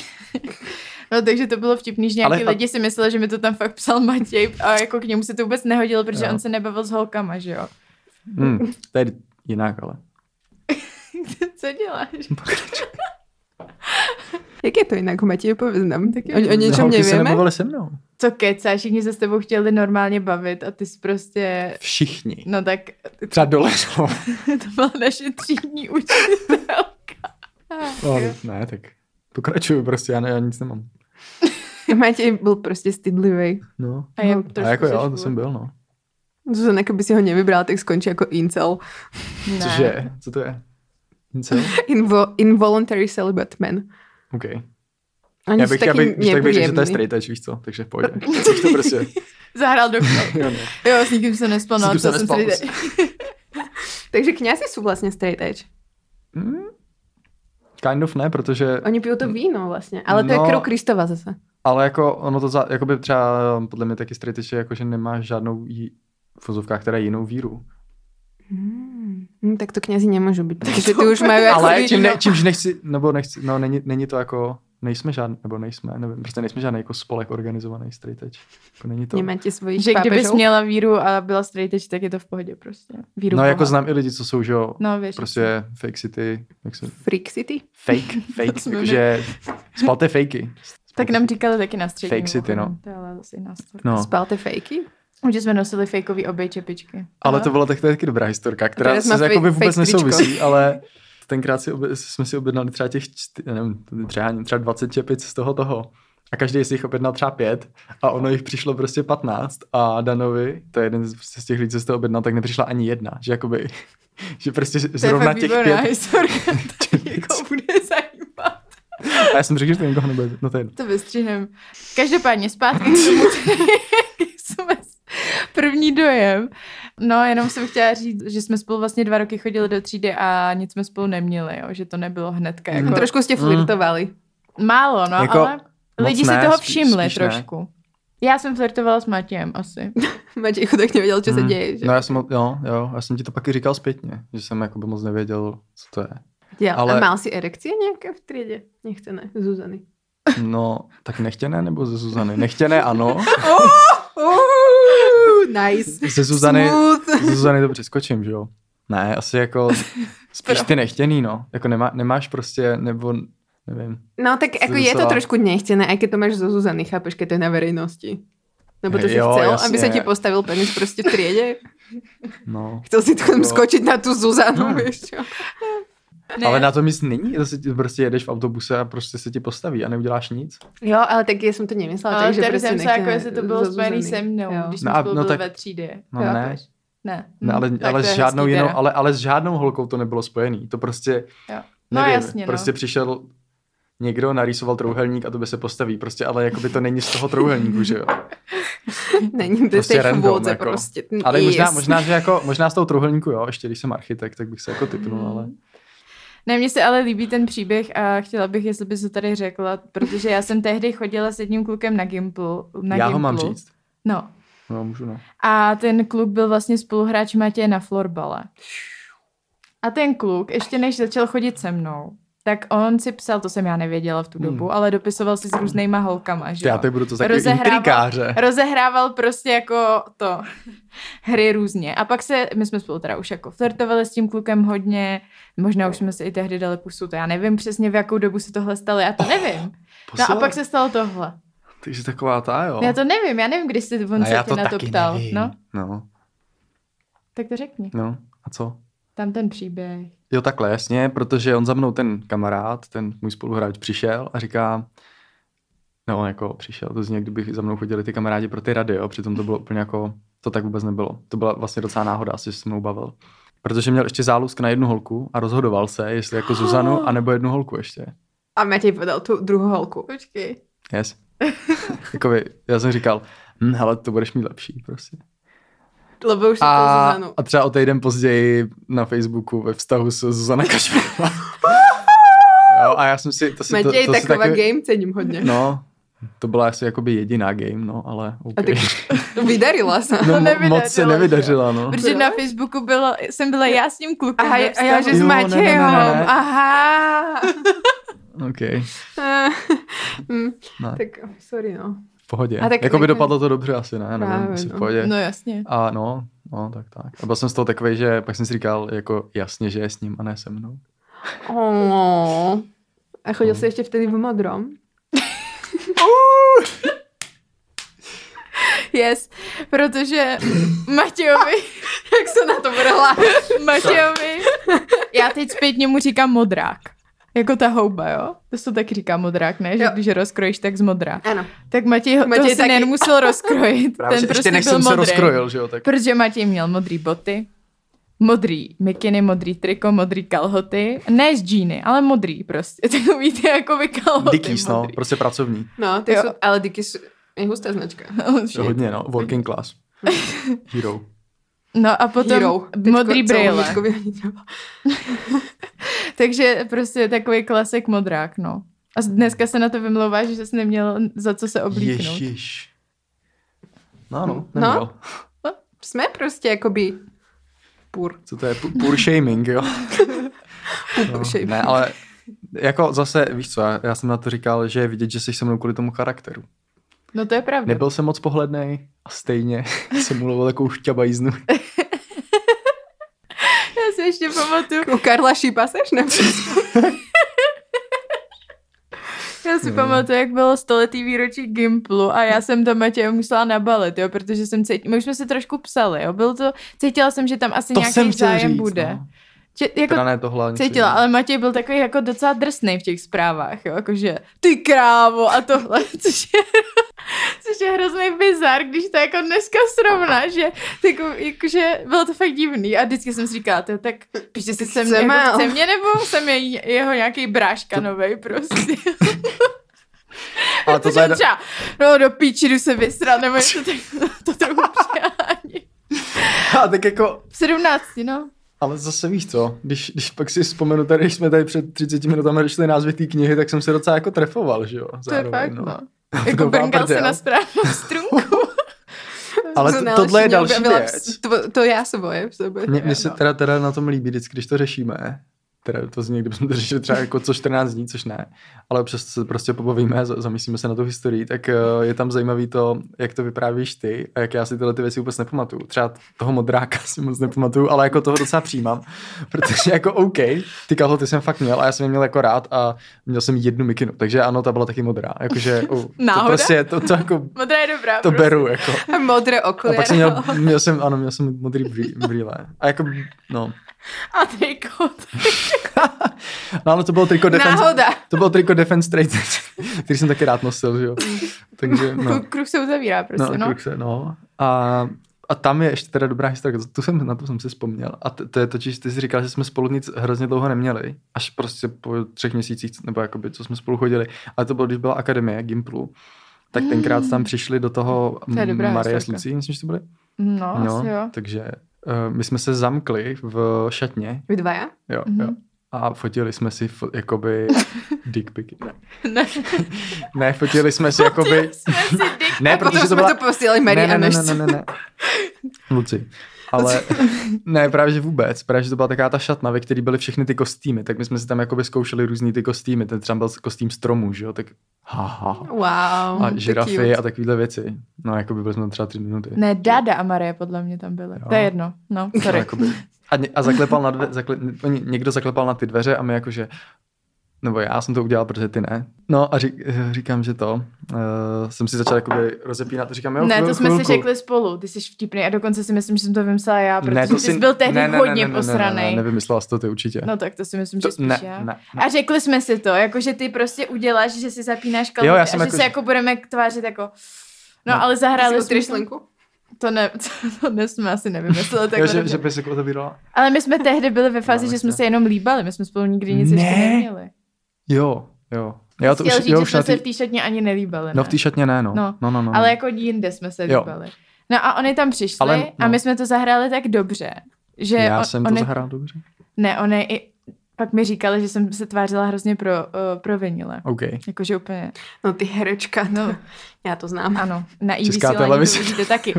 [SPEAKER 2] no takže to bylo vtipný, že nějaký
[SPEAKER 1] Ale-
[SPEAKER 2] Ale... lidi si mysleli, že mi to tam fakt psal Matěj a jako k němu se to vůbec nehodilo, protože
[SPEAKER 1] Jo.
[SPEAKER 2] jo. on se nebavil s holkama, že jo.
[SPEAKER 1] Hm, to je jinak, ale.
[SPEAKER 2] Co děláš?
[SPEAKER 4] Jak je to jinak, Matěj, povedz nám.
[SPEAKER 2] Tak jo.
[SPEAKER 4] O, o něčem
[SPEAKER 1] Holky se
[SPEAKER 4] nevíme?
[SPEAKER 1] nebavili se mnou.
[SPEAKER 2] Co kecáš, všichni se s tebou chtěli normálně bavit a ty jsi prostě...
[SPEAKER 1] Všichni.
[SPEAKER 2] No tak
[SPEAKER 1] Třeba dole. no.
[SPEAKER 2] to byla naše třídní učitelka.
[SPEAKER 1] No, ne, tak. Pokračuju prostě, já, ne, já nic nemám.
[SPEAKER 4] Matěj byl prostě stydlivý.
[SPEAKER 1] No.
[SPEAKER 2] A je
[SPEAKER 4] No,
[SPEAKER 1] A
[SPEAKER 4] trošku
[SPEAKER 1] jako jo,
[SPEAKER 4] seš
[SPEAKER 1] to
[SPEAKER 4] furt.
[SPEAKER 1] jsem byl, no.
[SPEAKER 4] Zuzana, kdyby si ho nevybral, tak skončí jako incel.
[SPEAKER 2] ne.
[SPEAKER 1] Cože? Co to je? Nic
[SPEAKER 4] Invo, involuntary celibate man.
[SPEAKER 1] OK.
[SPEAKER 4] Oni
[SPEAKER 1] Já
[SPEAKER 4] jsou
[SPEAKER 1] bych,
[SPEAKER 4] taky
[SPEAKER 1] já bych, když tak bych řekl, že to je
[SPEAKER 4] nepříjemný.
[SPEAKER 1] straight edge, víš co? Takže v pohodě. Už to prostě.
[SPEAKER 2] Zahrál do
[SPEAKER 1] Jo, ne.
[SPEAKER 2] Jo, s nikým se nespal,
[SPEAKER 1] No. S nikým
[SPEAKER 2] no, to
[SPEAKER 1] jsem
[SPEAKER 2] jsem
[SPEAKER 1] nespal.
[SPEAKER 2] tady...
[SPEAKER 4] Takže kňazi jsou vlastně straight edge.
[SPEAKER 1] Hmm? Kind of ne, protože,
[SPEAKER 4] Oni pijou to víno vlastně, ale to
[SPEAKER 1] No.
[SPEAKER 4] je krok Kristova zase.
[SPEAKER 1] ale jako ono to, za, jakoby třeba podle mě taky straight edge je jako, že nemáš žádnou jí, v vozovkách teda jinou víru.
[SPEAKER 4] Hmm. Hmm, tak to knězi nemůžou být, protože ty už mají jako
[SPEAKER 1] Ale
[SPEAKER 4] víno.
[SPEAKER 1] čím, ne, čímž nechci, nebo nechci, no není, není to jako, nejsme žádný, nebo nejsme, nevím, prostě nejsme žádný jako spolek organizovaný straight edge. Jako není to.
[SPEAKER 4] Nemáte svoji
[SPEAKER 2] Že kdybys
[SPEAKER 4] pápežou?
[SPEAKER 2] měla víru a byla straight edge, tak je to v pohodě prostě. Víru
[SPEAKER 1] No
[SPEAKER 2] Boha.
[SPEAKER 1] jako znám i lidi, co jsou, že jo,
[SPEAKER 2] No, věřím.
[SPEAKER 1] prostě fake city, jak se,
[SPEAKER 4] Freak City?
[SPEAKER 1] fake,
[SPEAKER 2] To
[SPEAKER 1] fake,
[SPEAKER 2] jsme
[SPEAKER 1] jakože spalte fakey.
[SPEAKER 2] No, Tak nám říkali taky na střední.
[SPEAKER 1] Fake city,
[SPEAKER 2] mimochodem.
[SPEAKER 1] no.
[SPEAKER 2] To je ale zase jiná story.
[SPEAKER 1] No.
[SPEAKER 4] Spálte fejky?
[SPEAKER 2] Že jsme nosili fejkový obě čepičky.
[SPEAKER 1] Ale to byla tak, to je taky dobrá historka, která
[SPEAKER 4] Teraz má
[SPEAKER 1] se jakoby
[SPEAKER 4] fake-
[SPEAKER 1] vůbec
[SPEAKER 4] fake tričko.
[SPEAKER 1] nesouvisí, ale tenkrát si obě, jsme si objednali třeba těch, čty, já nevím, třeba, třeba 20 čepic z toho toho. A každý si jich objednal třeba pět a ono jich přišlo prostě 15 a Danovi, to je jeden z, prostě z těch lidí, co jste objednal, tak nepřišla ani jedna, že jakoby, že prostě
[SPEAKER 2] To je
[SPEAKER 1] zrovna
[SPEAKER 2] fakt
[SPEAKER 1] těch
[SPEAKER 2] výborná
[SPEAKER 1] pět.
[SPEAKER 2] historka, to jako bude zajímat.
[SPEAKER 1] A já jsem řekl, že to nikoho nebude, no to je jedno.
[SPEAKER 2] To vystřihnem. Každopádně zpátky k tomu, jaký jsme s- první dojem. No, jenom jsem chtěla říct, že jsme spolu vlastně dva roky chodili do třídy a nic jsme spolu neměli, jo? že to nebylo hnedka.
[SPEAKER 1] Mm.
[SPEAKER 2] Jako...
[SPEAKER 4] Trošku jste flirtovali.
[SPEAKER 2] Málo, no,
[SPEAKER 1] Jako
[SPEAKER 2] jako... ale
[SPEAKER 1] moc
[SPEAKER 2] lidi si
[SPEAKER 1] ne,
[SPEAKER 2] toho
[SPEAKER 1] spíš-
[SPEAKER 2] všimli
[SPEAKER 1] spíš ne.
[SPEAKER 2] trošku. Já jsem flirtovala s Matějem asi.
[SPEAKER 4] Matěj chudák nevěděl, co se
[SPEAKER 1] Mm.
[SPEAKER 4] děje. Že?
[SPEAKER 1] No já jsem, jo, jo, já jsem ti to pak i říkal zpětně, že jsem jako by moc nevěděl, co to je.
[SPEAKER 4] Dělal.
[SPEAKER 1] ale-
[SPEAKER 4] A mal si erekcie nějaké v třídě? Nechce ne, Zuzany.
[SPEAKER 1] No, tak nechtěné nebo ze Zuzany? Nechtěné ano,
[SPEAKER 4] Uh, nice.
[SPEAKER 1] ze Zuzany,
[SPEAKER 4] Smooth.
[SPEAKER 1] ze Zuzany to přeskočím, že jo? Ne, asi jako spíš ty nechtěný, no. Jako nemá, nemáš prostě, nebo nevím.
[SPEAKER 4] No tak jako je to
[SPEAKER 1] docela-
[SPEAKER 4] trošku nechtěné, aj keď to máš zo Zuzany, chápeš, keď to je na verejnosti. Nebo to si
[SPEAKER 1] Jo,
[SPEAKER 4] chcel,
[SPEAKER 1] jasně.
[SPEAKER 4] aby se ti postavil penis prostě v triede.
[SPEAKER 1] No.
[SPEAKER 4] Chcel si tam
[SPEAKER 1] Jo.
[SPEAKER 4] skočit na tu Zuzanu,
[SPEAKER 1] Hmm.
[SPEAKER 4] víš čo?
[SPEAKER 2] Ne.
[SPEAKER 1] Ale na tom nic není, to si, prostě jedeš v autobuse a prostě se ti postaví a neuděláš nic.
[SPEAKER 4] Jo, ale tak já jsem to nemyslela,
[SPEAKER 2] ale
[SPEAKER 4] takže
[SPEAKER 2] tady
[SPEAKER 4] prostě
[SPEAKER 2] jsem se jako,
[SPEAKER 4] nechtěné
[SPEAKER 2] jestli to
[SPEAKER 4] zo
[SPEAKER 2] bylo
[SPEAKER 4] Zuzany.
[SPEAKER 2] spojený se mnou,
[SPEAKER 4] Jo.
[SPEAKER 2] když jsme
[SPEAKER 1] No a-
[SPEAKER 2] spolu
[SPEAKER 1] no
[SPEAKER 2] byli
[SPEAKER 1] tak-
[SPEAKER 2] ve třídě.
[SPEAKER 1] no ne.
[SPEAKER 2] chápeš? Ne.
[SPEAKER 1] Ne, No, ale,
[SPEAKER 2] Hm, tak
[SPEAKER 1] ale
[SPEAKER 2] to
[SPEAKER 1] s
[SPEAKER 2] je
[SPEAKER 1] žádnou
[SPEAKER 2] hezký
[SPEAKER 1] jinou,
[SPEAKER 2] teda.
[SPEAKER 1] ale, ale s žádnou holkou to nebylo spojený. To prostě,
[SPEAKER 2] Jo. No
[SPEAKER 1] nevím,
[SPEAKER 2] jasně, no.
[SPEAKER 1] prostě přišel někdo, narýsoval trouhelník a to by se postaví. Prostě, ale jakoby to není z toho trouhelníku, že jo?
[SPEAKER 4] Není to
[SPEAKER 1] Prostě
[SPEAKER 4] prostě
[SPEAKER 1] random,
[SPEAKER 4] chvůdze,
[SPEAKER 1] jako.
[SPEAKER 4] jako. prostě.
[SPEAKER 1] Ale
[SPEAKER 4] yes.
[SPEAKER 1] možná, možná, že jako, možná z toho trouhelníku, jo, ještě když jsem architekt, tak bych se jako
[SPEAKER 2] Mm,
[SPEAKER 1] typnul, ale...
[SPEAKER 2] Ne, mně se ale líbí ten příběh a chtěla bych, jestli bys to tady řekla, protože já jsem tehdy chodila s jedním klukem na Gimplu. Na
[SPEAKER 1] Já
[SPEAKER 2] Gimplu.
[SPEAKER 1] ho mám říct.
[SPEAKER 2] No.
[SPEAKER 1] No, můžu, no.
[SPEAKER 2] A ten kluk byl vlastně spoluhráč Matěje na florbale. A ten kluk, ještě než začal chodit se mnou, tak on si psal, to jsem já nevěděla v tu dobu,
[SPEAKER 1] Hmm.
[SPEAKER 2] ale dopisoval si s různýma holkama, že
[SPEAKER 1] Ty, já
[SPEAKER 2] jo?
[SPEAKER 1] teď budu to takový
[SPEAKER 2] Rozehrával-
[SPEAKER 1] intrikáře.
[SPEAKER 2] rozehrával prostě jako to hry různě. A pak se, my jsme spolu teda už jako flirtovali s tím klukem hodně, možná už jsme si i tehdy dali pusu, to já nevím přesně, v jakou dobu se tohle stalo, já to oh, nevím. No a
[SPEAKER 1] Posila-
[SPEAKER 2] pak se stalo tohle.
[SPEAKER 1] Takže taková ta, jo.
[SPEAKER 2] Já to nevím, já nevím, kdy jsi on
[SPEAKER 1] a Oh. No, já
[SPEAKER 2] se
[SPEAKER 1] to
[SPEAKER 2] tě na to
[SPEAKER 1] taky
[SPEAKER 2] ptal.
[SPEAKER 1] nevím.
[SPEAKER 2] No,
[SPEAKER 1] no.
[SPEAKER 2] tak to řekni.
[SPEAKER 1] No, a co?
[SPEAKER 2] Tam ten příběh.
[SPEAKER 1] Jo, takhle, jasně, protože on za mnou, ten kamarád, ten můj spoluhráč, přišel a říká, no on jako přišel, to zní, jak kdyby za mnou chodili ty kamarádi pro ty rady, jo, přitom to bylo úplně jako, to tak vůbec nebylo. To byla vlastně docela náhoda, asi že se mnou bavil. Protože měl ještě zálusk na jednu holku a rozhodoval se, jestli jako Zuzanu, anebo jednu holku ještě.
[SPEAKER 4] A Matěj podal tu druhou holku.
[SPEAKER 2] Počkej.
[SPEAKER 1] Yes. Jakoby, já jsem říkal, hm, hele, to budeš mít lepší, prostě.
[SPEAKER 4] Lebo už a...
[SPEAKER 1] A,
[SPEAKER 4] Zuzanu.
[SPEAKER 1] a třeba o týden později na Facebooku ve vztahu s Zuzana Kašprová. jo, a já jsem si... To si
[SPEAKER 4] Matěj,
[SPEAKER 1] to, to si
[SPEAKER 4] taková taky... game cením hodně. No.
[SPEAKER 1] No, to byla asi jakoby jediná game, no, ale OK.
[SPEAKER 4] ty- Vydarila se.
[SPEAKER 1] no,
[SPEAKER 2] to
[SPEAKER 1] mo- moc se
[SPEAKER 2] nevydařilo,
[SPEAKER 1] nevydařila, no.
[SPEAKER 2] Protože
[SPEAKER 4] Jo.
[SPEAKER 2] na Facebooku bylo, jsem byla já s tím klukem.
[SPEAKER 4] Aha,
[SPEAKER 2] ve
[SPEAKER 4] a já, že
[SPEAKER 2] vztahu.
[SPEAKER 4] s
[SPEAKER 1] Jo, ne, ne, ne, ne, ne.
[SPEAKER 4] Matějem. Aha.
[SPEAKER 1] OK,
[SPEAKER 4] Hm,
[SPEAKER 1] no,
[SPEAKER 4] tak sorry, no.
[SPEAKER 1] v pohodě.
[SPEAKER 4] A tak
[SPEAKER 1] Jakoby
[SPEAKER 4] nechme-
[SPEAKER 1] dopadlo to dobře asi, ne? Nevím,
[SPEAKER 4] Právě,
[SPEAKER 1] asi v
[SPEAKER 4] no.
[SPEAKER 1] pohodě.
[SPEAKER 2] No jasně.
[SPEAKER 1] A no, no, tak tak. A byl jsem z toho takový, že pak jsem si říkal, jako jasně, že je s ním a ne se mnou.
[SPEAKER 4] Oh. A chodil
[SPEAKER 1] No.
[SPEAKER 4] jsi ještě vtedy v modrom?
[SPEAKER 2] Yes, protože Matějovi,
[SPEAKER 4] Jak se na to brala?
[SPEAKER 2] Matějovi, já teď zpětně mu říkám modrák. Jako ta houba, jo? To se to taky říká modrák, ne? Že
[SPEAKER 4] Jo.
[SPEAKER 2] když je rozkrojíš, tak zmodrá.
[SPEAKER 4] Ano.
[SPEAKER 2] Tak Matěj, ho-
[SPEAKER 4] Matěj
[SPEAKER 2] Matěj to si
[SPEAKER 4] taky.
[SPEAKER 2] nemusel rozkrojit.
[SPEAKER 1] Právě,
[SPEAKER 2] Ten
[SPEAKER 1] že
[SPEAKER 2] prostě
[SPEAKER 1] ještě než
[SPEAKER 2] byl
[SPEAKER 1] jsem
[SPEAKER 2] modrý.
[SPEAKER 1] se rozkrojil, že jo, tak
[SPEAKER 2] Protože Matěj měl modrý boty, modrý mikiny, modrý triko, modrý kalhoty. Ne z džíny, ale modrý prostě. Tak víte, jako by kalhoty
[SPEAKER 1] Dickies, no,
[SPEAKER 2] modrý.
[SPEAKER 1] prostě pracovní.
[SPEAKER 4] No, ty
[SPEAKER 2] Jo.
[SPEAKER 4] jsou, ale Dickies je hustá značka.
[SPEAKER 2] Oh,
[SPEAKER 1] To je
[SPEAKER 2] shit.
[SPEAKER 1] hodně, no, working class. Hero.
[SPEAKER 2] no a potom
[SPEAKER 4] Hero. Teďko
[SPEAKER 2] modrý
[SPEAKER 4] celou
[SPEAKER 2] brýle.
[SPEAKER 4] hlídku vyhodila.
[SPEAKER 2] Takže prostě takový klasik modrák, no. A dneska se na to vymlouváš, že jsi neměl za co se oblíknout.
[SPEAKER 1] Ježiš. No, no,
[SPEAKER 4] No.
[SPEAKER 1] neměl.
[SPEAKER 4] Jsme prostě jakoby pur.
[SPEAKER 1] Co to je? P- Poor shaming, jo?
[SPEAKER 4] Poor
[SPEAKER 1] No,
[SPEAKER 4] shaming.
[SPEAKER 1] Ne, ale jako zase, víš co, já, já jsem na to říkal, že je vidět, že jsi se mnou kvůli tomu charakteru.
[SPEAKER 2] No to je pravda.
[SPEAKER 1] Nebyl jsem moc pohlednej a stejně jsem mluvil takovou šťabajznu.
[SPEAKER 2] Já si ještě pamatuju,
[SPEAKER 4] U Karla Šípa seš, nebo?
[SPEAKER 2] já si
[SPEAKER 1] Hmm.
[SPEAKER 2] pamatuju, jak bylo stoletý výročí Gimplu a já jsem tam Matěje musela nabalit, jo, protože jsem cítila, my už jsme si trošku psali, jo, bylo to, cítila jsem, že tam asi
[SPEAKER 1] To jsem
[SPEAKER 2] nějaký
[SPEAKER 1] chtěl
[SPEAKER 2] zájem
[SPEAKER 1] říct,
[SPEAKER 2] bude.
[SPEAKER 1] no.
[SPEAKER 2] Že, jako
[SPEAKER 1] Teda ne tohle. ale něco
[SPEAKER 2] Cítila,
[SPEAKER 1] jiného.
[SPEAKER 2] ale Matěj byl takový jako docela drsný v těch zprávách, jo, jakože ty krávo a tohle, což je, což je hrozný bizar, když to jako dneska srovná, že jako, jakože bylo to fakt divný a vždycky jsem si říkala, to, tak píše si se mě,
[SPEAKER 4] Chceme,
[SPEAKER 2] jako,
[SPEAKER 4] ale-
[SPEAKER 2] chce mě, nebo jsem je, jeho nějaký bráška
[SPEAKER 1] To-
[SPEAKER 2] novej prostě.
[SPEAKER 1] ale to
[SPEAKER 2] Protože
[SPEAKER 1] za
[SPEAKER 2] on třeba, no do píči jdu se vysrat, nebo něco tak, to trochu přehání.
[SPEAKER 1] a tak jako,
[SPEAKER 2] V 17, no.
[SPEAKER 1] ale zase víš co, když, když pak si vzpomenu tady, když jsme tady před 30 minutami došli názvy té knihy, tak jsem se docela jako trefoval, že jo?
[SPEAKER 2] To je fakt, no. Jako
[SPEAKER 1] Vdová
[SPEAKER 2] brnkal se
[SPEAKER 1] prdel.
[SPEAKER 2] na správnou strunku.
[SPEAKER 1] Ale
[SPEAKER 4] Jsem
[SPEAKER 1] to,
[SPEAKER 4] na
[SPEAKER 1] tohle je
[SPEAKER 4] letišti
[SPEAKER 1] další
[SPEAKER 4] objevila
[SPEAKER 1] věc.
[SPEAKER 4] ps- To, to já svoje v sobě.
[SPEAKER 1] Mně, mně se
[SPEAKER 2] no.
[SPEAKER 1] teda, teda na tom líbí vždycky, když to řešíme. Teda to zní, kdybychom to řešili třeba jako co 14 dní, což ne. Ale přesto se prostě pobavíme, za- zamyslíme se na tu historii, tak eh, je tam zajímavý to, jak to vyprávíš ty a jak já si tyhle ty věci vůbec nepamatuju. Třeba toho modráka si moc nepamatuju, ale jako toho docela přijímám, protože jako OK, ty kalhoty jsem fakt měl a já jsem je měl jako rád a měl jsem jednu mikinu, takže ano, ta byla taky modrá. Jakože, oh, to
[SPEAKER 2] Náhoda?
[SPEAKER 1] prostě, to, to jako,
[SPEAKER 2] Modrá je dobrá.
[SPEAKER 1] to
[SPEAKER 2] prostě.
[SPEAKER 1] beru, jako.
[SPEAKER 4] A modré
[SPEAKER 1] A
[SPEAKER 4] okuléry.
[SPEAKER 1] pak jsem měl, měl jsem, ano, měl jsem modrý brý- brýle. A jako, no,
[SPEAKER 2] A jako- trikot.
[SPEAKER 1] No ale to bylo triko defense,
[SPEAKER 4] Náhoda.
[SPEAKER 1] to bylo triko defense trade, který jsem taky rád nosil, že jo. Takže
[SPEAKER 2] No.
[SPEAKER 1] no,
[SPEAKER 2] Kruh se uzavírá prostě,
[SPEAKER 1] no,
[SPEAKER 2] no. no.
[SPEAKER 1] kruh se, no. A, a tam je ještě teda dobrá historka, tu jsem, na to jsem si vzpomněl. A to, to je totiž, ty jsi říkal, že jsme spolu nic hrozně dlouho neměli, až prostě po třech měsících, nebo jakoby, co jsme spolu chodili. Ale to bylo, když byla akademie Gimplu, tak tenkrát tam přišli do toho
[SPEAKER 2] Mm. To je dobrá
[SPEAKER 1] Marie s
[SPEAKER 2] historka.
[SPEAKER 1] Lucí, myslím, že to byly.
[SPEAKER 2] No, asi jo.
[SPEAKER 1] takže uh, my jsme se zamkli v šatně,
[SPEAKER 4] Vy dva, já?
[SPEAKER 1] jo,
[SPEAKER 2] Mhm.
[SPEAKER 1] jo. A fotili jsme si fo- jakoby dick pic. Ne.
[SPEAKER 2] Ne,
[SPEAKER 1] ne, fotili jsme si jakoby...
[SPEAKER 2] jsme si dick.
[SPEAKER 1] Ne,
[SPEAKER 4] a potom
[SPEAKER 1] protože
[SPEAKER 4] jsme
[SPEAKER 1] to byla...
[SPEAKER 4] to posílali
[SPEAKER 1] Ne, ne,
[SPEAKER 4] Marie
[SPEAKER 1] ne,
[SPEAKER 4] Anešce.
[SPEAKER 1] ne, ne, ne, ne. Luci. Ale ne, právě že vůbec. Právě že to byla taková ta šatna, ve které byly všechny ty kostýmy. Tak my jsme si tam jakoby zkoušeli různý ty kostýmy. Ten třeba byl kostým stromu, že jo? Tak ha, ha. ha.
[SPEAKER 4] Wow.
[SPEAKER 1] A
[SPEAKER 4] to
[SPEAKER 1] žirafy
[SPEAKER 4] cute.
[SPEAKER 1] a takovéhle věci. No, jakoby byli jsme tam třeba tři minuty.
[SPEAKER 2] Ne, Dada a Marie podle mě tam byly.
[SPEAKER 1] Jo.
[SPEAKER 2] To je jedno. No,
[SPEAKER 1] No,
[SPEAKER 2] sorry.
[SPEAKER 1] jakoby. A, ně, a zaklepal na dve, zakle, oni- někdo zaklepal na ty dveře a my jakože, nebo já jsem to udělal, protože ty ne. No a řík, říkám, že to, uh, jsem si začal jakoby rozepínat a říkám, jo,
[SPEAKER 2] Ne,
[SPEAKER 1] chvil-
[SPEAKER 2] to jsme si
[SPEAKER 1] chvilku.
[SPEAKER 2] řekli spolu. Ty jsi vtipný a dokonce si myslím, že jsem to vymyslela já, protože ty jsi byl tehdy
[SPEAKER 1] ne, ne, ne, ne, ne,
[SPEAKER 2] hodně
[SPEAKER 1] Ne, ne,
[SPEAKER 2] posranej.
[SPEAKER 1] ne, nevymyslela jsi to ty určitě.
[SPEAKER 2] No tak to si myslím, že
[SPEAKER 1] to,
[SPEAKER 2] spíš
[SPEAKER 1] ne,
[SPEAKER 2] já.
[SPEAKER 1] ne, ne.
[SPEAKER 2] A řekli jsme si to, jakože ty prostě uděláš, že si zapínáš kalhoty
[SPEAKER 1] Jo, já
[SPEAKER 2] a že
[SPEAKER 1] jsem jako-
[SPEAKER 2] se jako budeme tvářit jako... No,
[SPEAKER 1] No.
[SPEAKER 2] ale zahráli
[SPEAKER 4] Jsi utrýš
[SPEAKER 2] jsme...
[SPEAKER 4] slinku?
[SPEAKER 2] To ne, to ne jsme asi nevymysleli
[SPEAKER 1] Jo,
[SPEAKER 2] takhle.
[SPEAKER 1] že, jako
[SPEAKER 2] dobře.
[SPEAKER 1] že by se otevírala?
[SPEAKER 2] Ale my jsme tehdy byli ve fázi,
[SPEAKER 1] No,
[SPEAKER 2] že jsme
[SPEAKER 1] jasně.
[SPEAKER 2] se jenom líbali, my jsme spolu nikdy nic ne. ještě
[SPEAKER 1] Ne.
[SPEAKER 2] neměli.
[SPEAKER 1] Jo, jo. Já to
[SPEAKER 2] Chtěl
[SPEAKER 1] už,
[SPEAKER 2] říct,
[SPEAKER 1] jo,
[SPEAKER 2] že
[SPEAKER 1] už na
[SPEAKER 2] jsme se
[SPEAKER 1] tý,
[SPEAKER 2] v té šatně ani nelíbali.
[SPEAKER 1] no
[SPEAKER 2] ne?
[SPEAKER 1] v té šatně ne, no.
[SPEAKER 2] No,
[SPEAKER 1] no, no, no.
[SPEAKER 2] Ale jako jinde jsme se
[SPEAKER 1] Jo.
[SPEAKER 2] líbali. No a oni tam přišli
[SPEAKER 1] Ale-
[SPEAKER 2] a
[SPEAKER 1] no.
[SPEAKER 2] my jsme to zahráli tak dobře, že
[SPEAKER 1] Já
[SPEAKER 2] on,
[SPEAKER 1] jsem to
[SPEAKER 2] oni,
[SPEAKER 1] zahrál dobře.
[SPEAKER 2] Ne, oni i, pak mi říkali, že jsem se tvářila hrozně pro, uh, provinile.
[SPEAKER 1] OK.
[SPEAKER 2] Jakože úplně,
[SPEAKER 4] No ty herečka,
[SPEAKER 2] no,
[SPEAKER 4] no. Já to znám.
[SPEAKER 2] ano, na i
[SPEAKER 1] Česká
[SPEAKER 2] vysílání to
[SPEAKER 1] televize.
[SPEAKER 2] vidíte taky.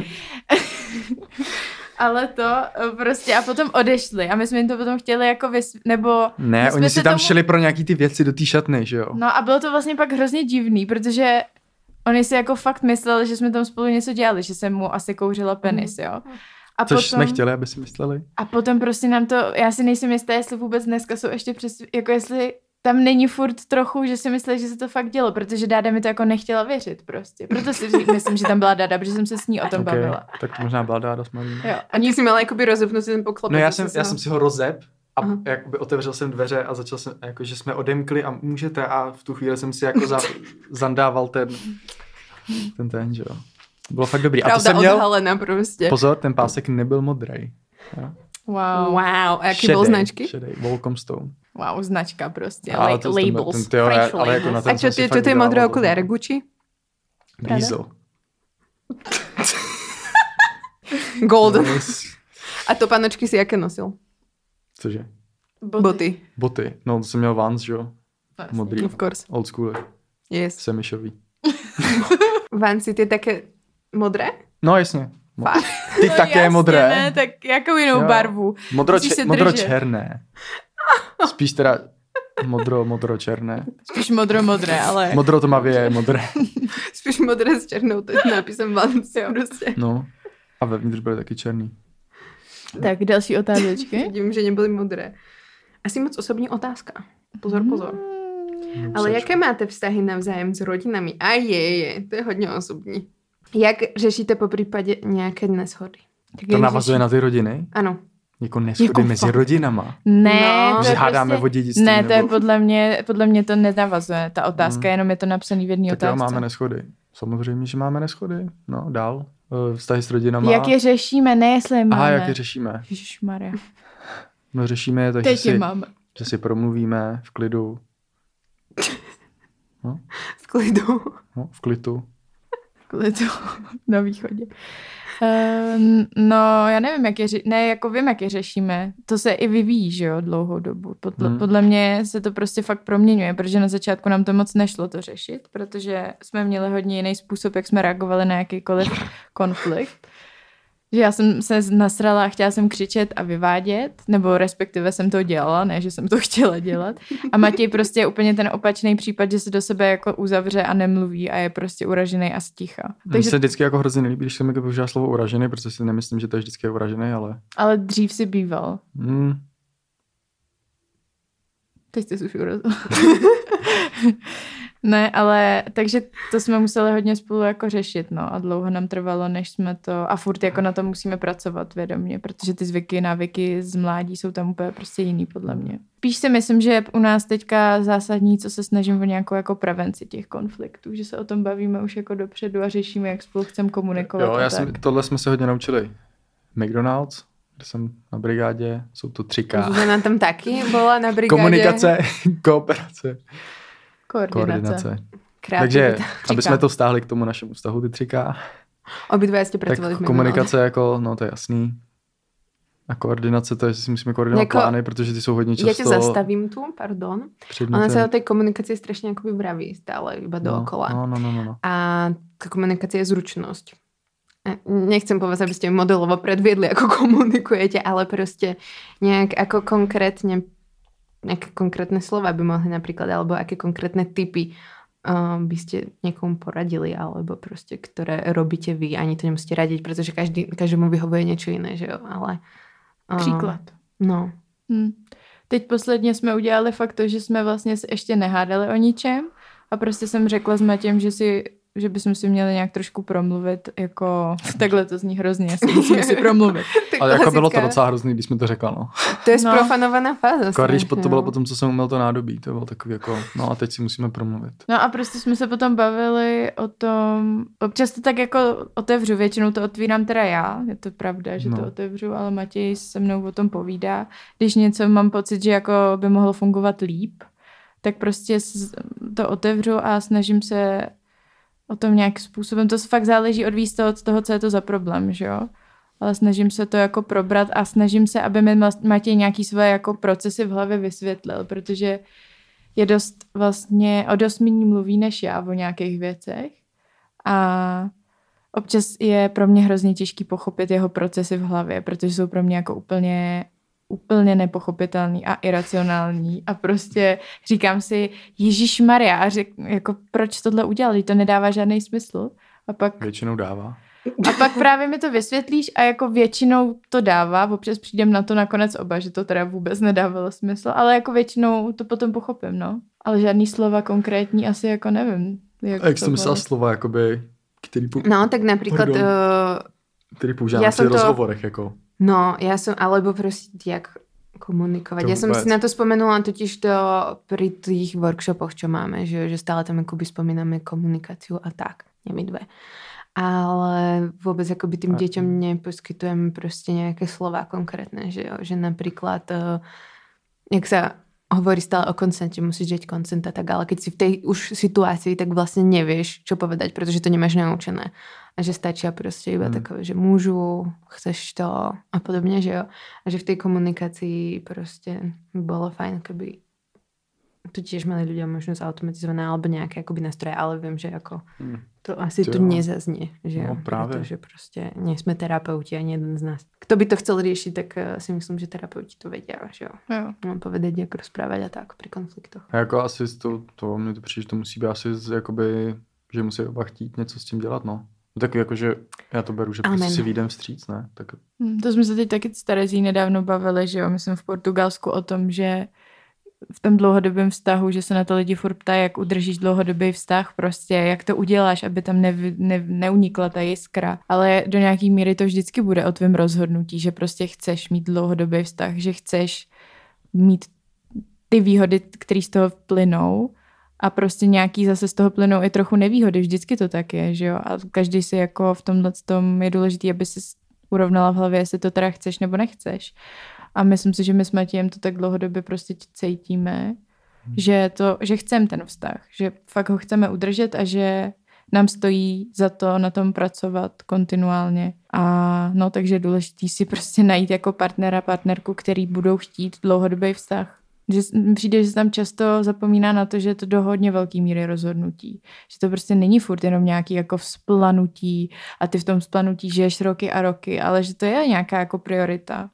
[SPEAKER 2] Ale to eh, prostě, a potom odešli a my jsme jim to potom chtěli jako vys... nebo
[SPEAKER 1] Ne,
[SPEAKER 2] My jsme
[SPEAKER 1] oni si
[SPEAKER 2] se
[SPEAKER 1] tam
[SPEAKER 2] tomu-
[SPEAKER 1] šli pro nějaký ty věci do té šatny, že jo?
[SPEAKER 2] No a bylo to vlastně pak hrozně divný, protože oni si jako fakt mysleli, že jsme tam spolu něco dělali, že jsem mu asi kouřila penis, jo. A
[SPEAKER 1] Což
[SPEAKER 2] potom,
[SPEAKER 1] jsme chtěli, aby si mysleli.
[SPEAKER 2] a potom prostě nám to, já si nejsem jistá, jestli vůbec dneska jsou ještě přes, jako jestli tam není furt trochu, že si myslí, že se to fakt dělo, protože Dáda mi to jako nechtěla věřit prostě. Proto si řík- myslím, že tam byla Dáda, protože jsem se s ní o tom
[SPEAKER 1] Ok,
[SPEAKER 2] bavila.
[SPEAKER 1] Tak to možná byla dáda s malým.
[SPEAKER 2] Jo.
[SPEAKER 4] A ty jsi měla jakoby rozepnutý ten poklop.
[SPEAKER 1] No já
[SPEAKER 4] takže
[SPEAKER 1] jsem,
[SPEAKER 4] jsi
[SPEAKER 1] já
[SPEAKER 4] se-
[SPEAKER 1] jsem si ho rozep a
[SPEAKER 4] Aha.
[SPEAKER 1] jakoby otevřel jsem dveře a začal jsem, jako, že jsme odemkli a můžete a v tu chvíli jsem si jako za, zandával ten, ten ten, že jo. Bylo fakt dobrý. A to
[SPEAKER 4] Pravda
[SPEAKER 1] jsem měl,
[SPEAKER 4] odhalena prostě.
[SPEAKER 1] pozor, ten pásek nebyl modrý.
[SPEAKER 2] Wow.
[SPEAKER 4] Wow, a jaký byl
[SPEAKER 1] Šedej,
[SPEAKER 4] značky?
[SPEAKER 1] Šedej, Welcome Stone.
[SPEAKER 2] Wow, značka prostě.
[SPEAKER 1] Ale
[SPEAKER 2] Ale
[SPEAKER 1] to jsem byl-
[SPEAKER 2] labels.
[SPEAKER 1] ten- ty jo,
[SPEAKER 2] French
[SPEAKER 1] ale- ale jako na
[SPEAKER 2] labels.
[SPEAKER 1] ten
[SPEAKER 4] A čo
[SPEAKER 1] jsem si
[SPEAKER 4] ty,
[SPEAKER 1] fakt
[SPEAKER 4] čo ty
[SPEAKER 1] udělal
[SPEAKER 4] modré
[SPEAKER 1] odhal.
[SPEAKER 4] okuliare? Gucci? Pravda?
[SPEAKER 1] Diesel.
[SPEAKER 4] Golden.
[SPEAKER 1] Nice.
[SPEAKER 4] A to panočky si jaké nosil?
[SPEAKER 1] Cože?
[SPEAKER 4] Boty.
[SPEAKER 1] Boty. No, to jsem měl Vans, že jo?
[SPEAKER 2] Vlastně.
[SPEAKER 1] Modrý.
[SPEAKER 4] Of course.
[SPEAKER 1] Old school.
[SPEAKER 4] Yes.
[SPEAKER 1] Semišový.
[SPEAKER 4] Vansy, ty také modré?
[SPEAKER 1] No, jasně. Mo-
[SPEAKER 4] Fakt?
[SPEAKER 1] Ty
[SPEAKER 2] No
[SPEAKER 1] také
[SPEAKER 2] jasně,
[SPEAKER 1] modré.
[SPEAKER 2] Ne, tak jakou jinou
[SPEAKER 1] Jo.
[SPEAKER 2] barvu?
[SPEAKER 1] Modro,
[SPEAKER 2] Musíš se
[SPEAKER 1] če-
[SPEAKER 2] držet.
[SPEAKER 1] modročerné. Spíš teda modro, modročerné.
[SPEAKER 2] Spíš modro-modré, ale...
[SPEAKER 1] Modro to je modré.
[SPEAKER 4] Spíš modré s černou, to je nápisem Vansy
[SPEAKER 2] Jo.
[SPEAKER 4] prostě.
[SPEAKER 1] No. A vevnitř byly taky černý.
[SPEAKER 2] Tak, další otázečky.
[SPEAKER 4] Vidím, že nebyly modré. Asi moc osobní otázka. Pozor, pozor.
[SPEAKER 2] Hmm,
[SPEAKER 1] No,
[SPEAKER 4] Ale
[SPEAKER 1] seš.
[SPEAKER 4] jaké máte vztahy navzájem s rodinami? A je, je, to je hodně osobní. Jak řešíte po případě nějaké neshody?
[SPEAKER 2] Tak
[SPEAKER 1] To
[SPEAKER 2] jak
[SPEAKER 1] navazuje
[SPEAKER 2] řeší-
[SPEAKER 1] na ty rodiny?
[SPEAKER 4] Ano.
[SPEAKER 1] Jako neshody
[SPEAKER 2] Jako
[SPEAKER 1] mezi
[SPEAKER 2] fakt.
[SPEAKER 1] rodinama.
[SPEAKER 2] Ne,
[SPEAKER 4] No.
[SPEAKER 2] to
[SPEAKER 1] Že
[SPEAKER 2] je
[SPEAKER 1] hádáme o
[SPEAKER 2] prostě...
[SPEAKER 1] dědictví.
[SPEAKER 2] Ne, to je
[SPEAKER 1] nebo-
[SPEAKER 2] podle mě, podle mě to nenavazuje, ta otázka,
[SPEAKER 1] Mm.
[SPEAKER 2] jenom je to napsaný v jedné
[SPEAKER 1] Tak jo,
[SPEAKER 2] otázce.
[SPEAKER 1] máme neschody. Samozřejmě, že máme neschody. No, dál. Eh, Vztahy s rodinama.
[SPEAKER 2] Jak je řešíme, ne jestli je máme.
[SPEAKER 1] Aha, jak je řešíme?
[SPEAKER 2] Ježišmarja.
[SPEAKER 1] No řešíme je tak, že
[SPEAKER 2] Teď
[SPEAKER 1] si,
[SPEAKER 2] je máme.
[SPEAKER 1] že si promluvíme v klidu,
[SPEAKER 4] V klidu.
[SPEAKER 1] no, v klitu.
[SPEAKER 2] Kvůli to na východě. Ehm, no, já nevím, jak je ři- Ne, jako vím, jak je řešíme. To se i vyvíjí, že jo, dlouhou dobu. Podle,
[SPEAKER 1] Mhm.
[SPEAKER 2] hmm. podle mě se to prostě fakt proměňuje, protože na začátku nám to moc nešlo to řešit, protože jsme měli hodně jiný způsob, jak jsme reagovali na jakýkoliv konflikt. Že já jsem se nasrala a chtěla jsem křičet a vyvádět, nebo respektive jsem to dělala, ne, že jsem to chtěla dělat. A Matěj prostě je úplně ten opačný případ, že se do sebe jako uzavře a nemluví a je prostě uražený a sticha.
[SPEAKER 1] Mně
[SPEAKER 2] Takže,
[SPEAKER 1] se vždycky jako hrozně nelíbí, když se mi používá slovo uražený, protože si nemyslím, že to je vždycky jako uražený, ale
[SPEAKER 2] ale dřív si býval.
[SPEAKER 1] mm,
[SPEAKER 2] Teď jsi už urazil. ne, ale takže to jsme museli hodně spolu jako řešit, no a dlouho nám trvalo, než jsme to, a furt jako na to musíme pracovat vědomě, protože ty zvyky, návyky z mládí jsou tam úplně prostě jiný podle mě. Spíš si myslím, že je u nás teďka zásadní, co se snažím o nějakou jako prevenci těch konfliktů, že se o tom bavíme už jako dopředu a řešíme, jak spolu chceme komunikovat.
[SPEAKER 1] jo,
[SPEAKER 2] a
[SPEAKER 1] já
[SPEAKER 2] tak.
[SPEAKER 1] jsem, tohle jsme se hodně naučili. McDonald's, kde jsem na brigádě, jsou to třiká.
[SPEAKER 4] Zuzana tam taky byla na brigádě.
[SPEAKER 1] Komunikace, kooperace,
[SPEAKER 2] Koordinace.
[SPEAKER 1] koordinace. Takže,
[SPEAKER 4] Kreativita.
[SPEAKER 1] aby
[SPEAKER 2] třiká.
[SPEAKER 1] jsme to stáhli k tomu našemu vztahu, ty třiká,
[SPEAKER 4] Obidva jste
[SPEAKER 1] tak
[SPEAKER 4] pracovali v McDonald's.
[SPEAKER 1] komunikace jako, no to je jasný. A koordinace, to je, že si musíme koordinovat
[SPEAKER 4] Jako-
[SPEAKER 1] jako, plány, protože ty jsou hodně často
[SPEAKER 4] Já tě zastavím tu, pardon. Ona se o
[SPEAKER 1] předmětem.
[SPEAKER 4] té komunikaci strašně jakoby vraví stále, iba dookola.
[SPEAKER 1] No, no, no, no, no.
[SPEAKER 4] A ta komunikace je zručnosť. A Nechcem povedať, aby ste modelovo predviedli, ako komunikujete, ale proste nejak ako konkrétne, nejaké konkrétne slova by mohli napríklad, alebo aké konkrétne typy um, by ste niekomu poradili, alebo proste, ktoré robíte vy, ani to nemusíte radiť, pretože každý, každému vyhovuje niečo iné, že jo, ale... um,
[SPEAKER 2] Příklad.
[SPEAKER 4] No,
[SPEAKER 2] Hmm. Teď posledně jsme udělali fakt to, že jsme vlastně se ještě nehádali o ničem a prostě jsem řekla s Matějem, že si že bychom si měli nějak trošku promluvit, jako takhle to zní hrozně, asi musíme si promluvit.
[SPEAKER 4] to je
[SPEAKER 1] Ale jako bylo to
[SPEAKER 4] klasická-
[SPEAKER 1] docela hrozný, když jsme to řekla, no.
[SPEAKER 4] To je
[SPEAKER 2] No.
[SPEAKER 4] sprofanovaná fáza.
[SPEAKER 1] Jako, když po,
[SPEAKER 4] strašne,
[SPEAKER 1] to bylo
[SPEAKER 4] no.
[SPEAKER 1] potom, co jsem uměl to nádobí, to bylo takový jako, no a teď si musíme promluvit.
[SPEAKER 2] No a prostě jsme se potom bavili o tom, občas to tak jako otevřu, většinou to otvírám teda já, je to pravda, že no. to
[SPEAKER 1] No.
[SPEAKER 2] otevřu, ale Matěj se mnou o tom povídá. Když něco mám pocit, že jako by mohlo fungovat líp, tak prostě s- to otevřu a snažím se o tom nějakým způsobem, to fakt záleží od výstavu, od toho, co je to za problém, že jo? Ale snažím se to jako probrat a snažím se, aby mi Ma- Matěj nějaký svoje jako procesy v hlavě vysvětlil, protože je dost vlastně, o dost méně mluví než já o nějakých věcech a občas je pro mě hrozně těžký pochopit jeho procesy v hlavě, protože jsou pro mě jako úplně úplně nepochopitelný a iracionální a prostě říkám si Ježíš Maria a řek, jako proč tohle udělali, to nedává žádný smysl a pak
[SPEAKER 1] Většinou dává.
[SPEAKER 2] a pak právě mi to vysvětlíš a jako většinou to dává, občas přijdem na to nakonec oba, že to teda vůbec nedávalo smysl, ale jako většinou to potom pochopím, no. Ale žádný slova konkrétní asi jako nevím. Jak
[SPEAKER 1] A jak
[SPEAKER 2] to
[SPEAKER 1] jsem
[SPEAKER 2] bylo.
[SPEAKER 1] myslela slova, jakoby, který, pou,
[SPEAKER 4] No, tak napríklad...
[SPEAKER 1] Pardon.
[SPEAKER 4] Uh,
[SPEAKER 1] který
[SPEAKER 4] Já
[SPEAKER 1] používám při
[SPEAKER 4] jsem to-
[SPEAKER 1] rozhovorech, jako.
[SPEAKER 4] No, ja som, alebo prosím, jak Komunikovat.
[SPEAKER 1] To
[SPEAKER 4] Já jsem
[SPEAKER 1] vůbec.
[SPEAKER 4] si na to vzpomenula totiž do, pri tých workshopoch, čo máme, že, že stále tam jakoby spomínáme komunikaci a tak, ne my dve. Ale vůbec jakoby tým
[SPEAKER 1] A-
[SPEAKER 4] dětem neposkytujeme prostě nějaké slova konkrétné, že jo? že například, eh, jak se hovorí stále o koncentě, musíš dať koncent a tak, ale keď si v tej už situácii, tak vlastně nevieš, čo povedať, protože to nemáš naučené. A že stačí prostě iba
[SPEAKER 1] Mhm.
[SPEAKER 4] hmm. takové, že můžu, chceš to a podobně, že jo. A že v tej komunikácii prostě by bolo fajn, keby to tiež mali ľudia možnosť automatizované alebo nejaké akoby nástroje, ale viem, že ako
[SPEAKER 1] Hmm.
[SPEAKER 4] to asi
[SPEAKER 1] Jo.
[SPEAKER 4] tu nezaznie, že
[SPEAKER 1] No,
[SPEAKER 4] jo,
[SPEAKER 1] právě.
[SPEAKER 4] protože prostě nejsme terapeuti ani jeden z nás. Kto by to chcel riešiť, tak eh, si myslím, že terapeuti to vedia, že jo.
[SPEAKER 2] Jo.
[SPEAKER 4] Mám povedať, jak rozprávať a tak pri konfliktoch.
[SPEAKER 1] A jako asi to, to mně to přijde, že to musí být asi z, jakoby, že musí oba chtít něco s tím dělat, no. No Tak jako, že já to beru, že prostě
[SPEAKER 4] Amen.
[SPEAKER 1] si výjdem vstříc, ne? Tak
[SPEAKER 2] Hm, To jsme se teď taky s Terezí nedávno bavili, že jo, myslím v Portugalsku o tom, že v tom dlouhodobém vztahu, že se na to lidi furt ptají, jak udržíš dlouhodobý vztah prostě, jak to uděláš, aby tam nevy, ne, neunikla ta jiskra. Ale do nějaký míry to vždycky bude o tvém rozhodnutí, že prostě chceš mít dlouhodobý vztah, že chceš mít ty výhody, které z toho plynou a prostě nějaký zase z toho plynou i trochu nevýhody, vždycky to tak je, že jo? A každý si jako v tomhle tom je důležitý, aby si urovnala v hlavě, jestli to teda chceš nebo nechceš. A myslím si, že my s Matějem to tak dlouhodobě prostě cítíme, že, to, že chcem ten vztah, že fakt ho chceme udržet a že nám stojí za to na tom pracovat kontinuálně. A no, takže je důležitý si prostě najít jako partnera, partnerku, který budou chtít dlouhodobý vztah. Že s- m, přijde, že se tam často zapomíná na to, že je to do hodně velký míry rozhodnutí. Že to prostě není furt jenom nějaký jako vzplanutí a ty v tom vzplanutí žiješ roky a roky, ale že to je nějaká jako priorita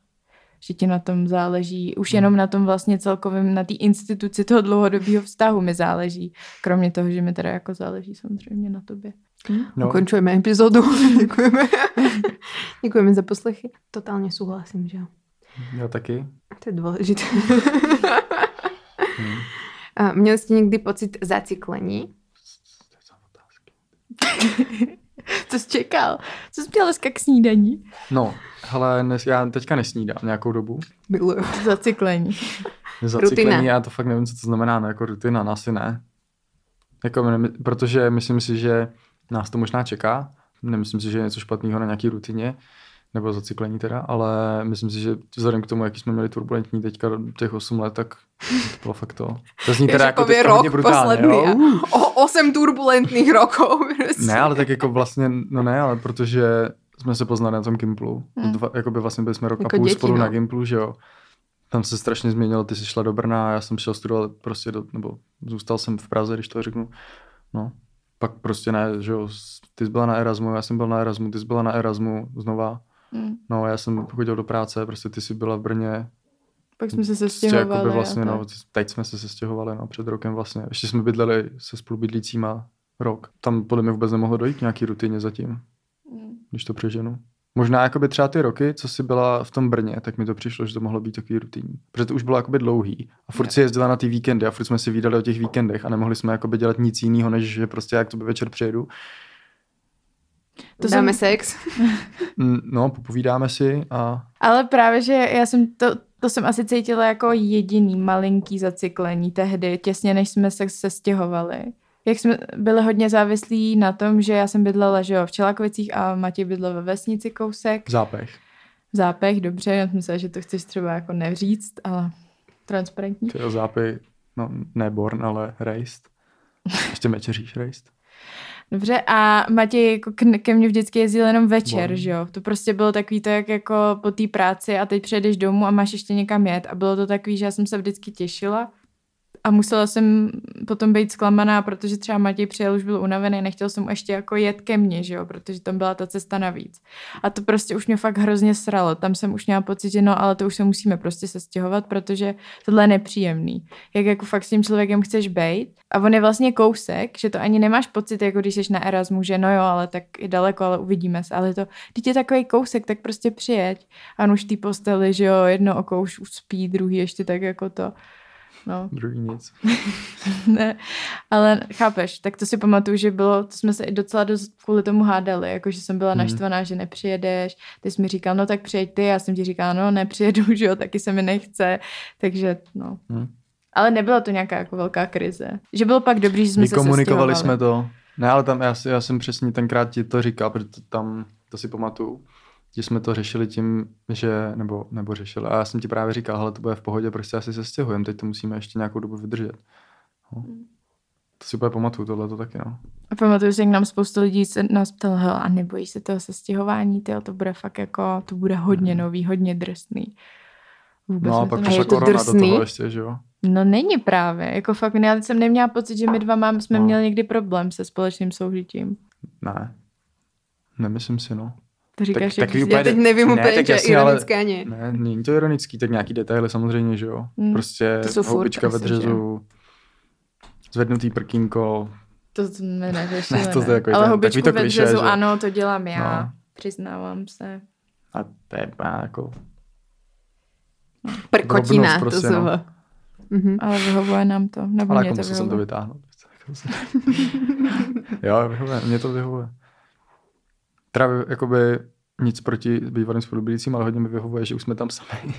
[SPEAKER 2] že ti na tom záleží.
[SPEAKER 1] Hmm.
[SPEAKER 2] Už jenom na tom vlastně celkovém, na té instituci toho dlouhodobého vztahu mi záleží. Kromě toho, že mi teda jako záleží samozřejmě na tobě.
[SPEAKER 1] no,
[SPEAKER 4] Ukončujeme epizodu. Děkujeme. Děkujeme za poslechy. Totálně souhlasím, že jo.
[SPEAKER 1] já taky.
[SPEAKER 4] To je důležité.
[SPEAKER 1] Hmm.
[SPEAKER 4] A měli jste někdy pocit zaciklení?
[SPEAKER 1] To je za otázky.
[SPEAKER 2] Co jsi čekal? Co jsi měl dneska k snídaní?
[SPEAKER 1] No, hele, nes, já teďka nesnídám nějakou dobu.
[SPEAKER 4] Miluju.
[SPEAKER 2] Zaciklení.
[SPEAKER 1] Zaciklení,
[SPEAKER 4] Rutina.
[SPEAKER 1] já to fakt nevím, co to znamená, no jako rutina, no asi ne. Jako, my nemy- protože myslím si, že nás to možná čeká, nemyslím si, že je něco špatného na nějaký rutině, nebo zaciklení teda, ale myslím si, že vzhledem k tomu, jaký jsme měli turbulentní teďka těch 8 let, tak to bylo fakt to. To zní teda jako
[SPEAKER 4] Ježkově
[SPEAKER 1] teďka hodně brutálně, jo?
[SPEAKER 4] O 8 turbulentných rokov. Prostě.
[SPEAKER 1] Ne, ale tak jako vlastně, no ne, ale protože jsme se poznali na tom Gimplu.
[SPEAKER 2] Hmm.
[SPEAKER 1] Hmm. Dva, jakoby vlastně byli jsme rok
[SPEAKER 4] Jako
[SPEAKER 1] a půl
[SPEAKER 4] děti,
[SPEAKER 1] spolu
[SPEAKER 4] no.
[SPEAKER 1] na Gimplu, že jo. Tam se strašně změnilo, ty jsi šla do Brna a já jsem šel studovat prostě do, nebo zůstal jsem v Praze, když to řeknu. No, pak prostě ne, že jo, s- ty jsi byla na Erasmu, já jsem byl na Erasmu, ty jsi byla na Erasmu znova.
[SPEAKER 2] Hm.
[SPEAKER 1] No, já jsem chodil do práce, prostě ty jsi byla v Brně.
[SPEAKER 2] Pak jsme se
[SPEAKER 1] Prostě jakoby
[SPEAKER 2] sestěhovali.
[SPEAKER 1] vlastně,
[SPEAKER 2] a tak.
[SPEAKER 1] no, teď jsme se sestěhovali, no, před rokem vlastně. Ještě jsme bydleli se spolubydlícíma rok. Tam podle mě vůbec nemohlo dojít k nějaký rutině zatím
[SPEAKER 2] Hm.
[SPEAKER 1] když to přeženu. Možná jakoby třeba ty roky, co jsi byla v tom Brně, tak mi to přišlo, že to mohlo být takový rutinní. Protože to už bylo jakoby dlouhý. A furt si jezdila na ty víkendy a furt jsme si výdali o těch víkendech a nemohli jsme jakoby dělat nic jiného, než že prostě jak to večer přijedu.
[SPEAKER 2] To
[SPEAKER 4] To Dáme
[SPEAKER 2] jsem-
[SPEAKER 4] sex.
[SPEAKER 1] Mm, No, popovídáme si a
[SPEAKER 2] Ale právě, že já jsem to, to jsem asi cítila jako jediný malinký zaciklení tehdy, těsně než jsme se sestěhovali. Jak jsme byli hodně závislí na tom, že já jsem bydlela že jo, v Čelakovicích a Matěj bydlel ve vesnici kousek.
[SPEAKER 1] zápech.
[SPEAKER 2] Zápech, dobře, já jsem myslela, že to chceš třeba jako nevříct, ale transparentní.
[SPEAKER 1] Tyjo, zápech, no ne Born, ale Raced. Ještě mečeříš Raced.
[SPEAKER 2] Dobře, a Matěj jako k, ke mně vždycky jezdil jenom večer,
[SPEAKER 1] Bon.
[SPEAKER 2] že jo? To prostě bylo takový to, jak jako po té práci a teď přejdeš domů a máš ještě někam jet. A bylo to takový, že já jsem se vždycky těšila a musela jsem potom být zklamaná, protože třeba Matěj přijel, už byl unavený, nechtěl jsem ještě jako jet ke mně, že jo? Protože tam byla ta cesta navíc. A to prostě už mě fakt hrozně sralo. Tam jsem už měla pocit, že no, ale to už se musíme prostě sestěhovat, protože tohle je nepříjemný jak jako fakt s tím člověkem chceš být. A on je vlastně kousek, že to ani nemáš pocit, jako když jsi na Erasmu, že no jo, ale tak i daleko, ale uvidíme se. Ale je to, když je takový kousek, tak prostě přijeď. A on už ty posteli, že jo, jedno oko už, už spí, druhý ještě tak jako to. No,
[SPEAKER 1] Druhý nic.
[SPEAKER 2] ne. Ale chápeš, tak to si pamatuju, že bylo, to jsme se i docela dost kvůli tomu hádali, jakože jsem byla
[SPEAKER 1] Mhm.
[SPEAKER 2] naštvaná, že nepřijedeš, ty jsi mi říkal, no tak přijeď ty, já jsem ti říkala, no nepřijedu, že jo, taky se mi nechce, takže no.
[SPEAKER 1] Hm.
[SPEAKER 2] Ale nebyla to nějaká jako velká krize. Že bylo pak dobrý, že jsme se
[SPEAKER 1] Vykomunikovali jsme
[SPEAKER 2] sestěhovali.
[SPEAKER 1] to. Ne, ale tam, já, si- já jsem přesně tenkrát ti to říkal, protože to tam, to si pamatuju, že jsme to řešili tím, že, nebo, nebo řešili, a já jsem ti právě říkal, hele, to bude v pohodě, prostě asi se stěhujeme, teď to musíme ještě nějakou dobu vydržet. No.
[SPEAKER 4] Hmm.
[SPEAKER 1] To si úplně pamatuju, tohle to taky, no.
[SPEAKER 2] A pamatuju si, jak nám spoustu lidí se nás ptalo, "Hele, a nebojíš se toho sestěhování, tyjo, to bude fakt jako, to bude hodně nový, hodně drsný. Vůbec
[SPEAKER 1] No a
[SPEAKER 2] jsme
[SPEAKER 1] pak
[SPEAKER 2] to
[SPEAKER 1] přišla
[SPEAKER 4] je to
[SPEAKER 2] nevěděli.
[SPEAKER 1] korona do
[SPEAKER 4] drsný?
[SPEAKER 1] toho ještě, že jo.
[SPEAKER 2] No není právě, jako fakt, já jsem neměla pocit, že my dva mám, jsme
[SPEAKER 1] No.
[SPEAKER 2] měli někdy problém se společným soužitím.
[SPEAKER 1] Ne, nemyslím si, no.
[SPEAKER 2] To říkáš, prostě jak
[SPEAKER 1] takový
[SPEAKER 2] jsi-
[SPEAKER 1] úplně
[SPEAKER 4] Já teď nevím
[SPEAKER 1] Ne,
[SPEAKER 4] ne, úplně,
[SPEAKER 1] tak
[SPEAKER 4] že
[SPEAKER 1] jasně, ale- no,
[SPEAKER 4] ironické ale... ani.
[SPEAKER 1] Ne, není to ironický, tak nějaký detaily samozřejmě, že jo.
[SPEAKER 2] Mm,
[SPEAKER 1] Prostě
[SPEAKER 4] Hmm. to jsou furt
[SPEAKER 1] houbička ve
[SPEAKER 4] asi, že jo.
[SPEAKER 1] dřezu, zvednutý prkínko,
[SPEAKER 2] to jsme neřešili,
[SPEAKER 1] Ne, to je takový
[SPEAKER 2] Ale
[SPEAKER 1] ten-
[SPEAKER 2] hubičku
[SPEAKER 1] takový to
[SPEAKER 2] ve
[SPEAKER 1] klišé,
[SPEAKER 2] dřezu,
[SPEAKER 1] že-
[SPEAKER 2] ano, to dělám já,
[SPEAKER 1] No.
[SPEAKER 2] přiznávám se.
[SPEAKER 1] a to je má jako...
[SPEAKER 4] Prkotina,
[SPEAKER 1] Drobnost
[SPEAKER 4] to
[SPEAKER 1] prostě,
[SPEAKER 4] jsou.
[SPEAKER 1] no.
[SPEAKER 4] Mhm.
[SPEAKER 2] Ale vyhovuje nám to, nebo
[SPEAKER 1] Ale
[SPEAKER 2] mě
[SPEAKER 1] jako
[SPEAKER 2] to
[SPEAKER 1] musel jsem to
[SPEAKER 2] vyhovuje.
[SPEAKER 1] vytáhnout. jako jo, vyhovuje, mě to vyhovuje. Teda jakoby nic proti bývalým spolubydlícím, ale hodně mi vyhovuje, že už jsme tam sami.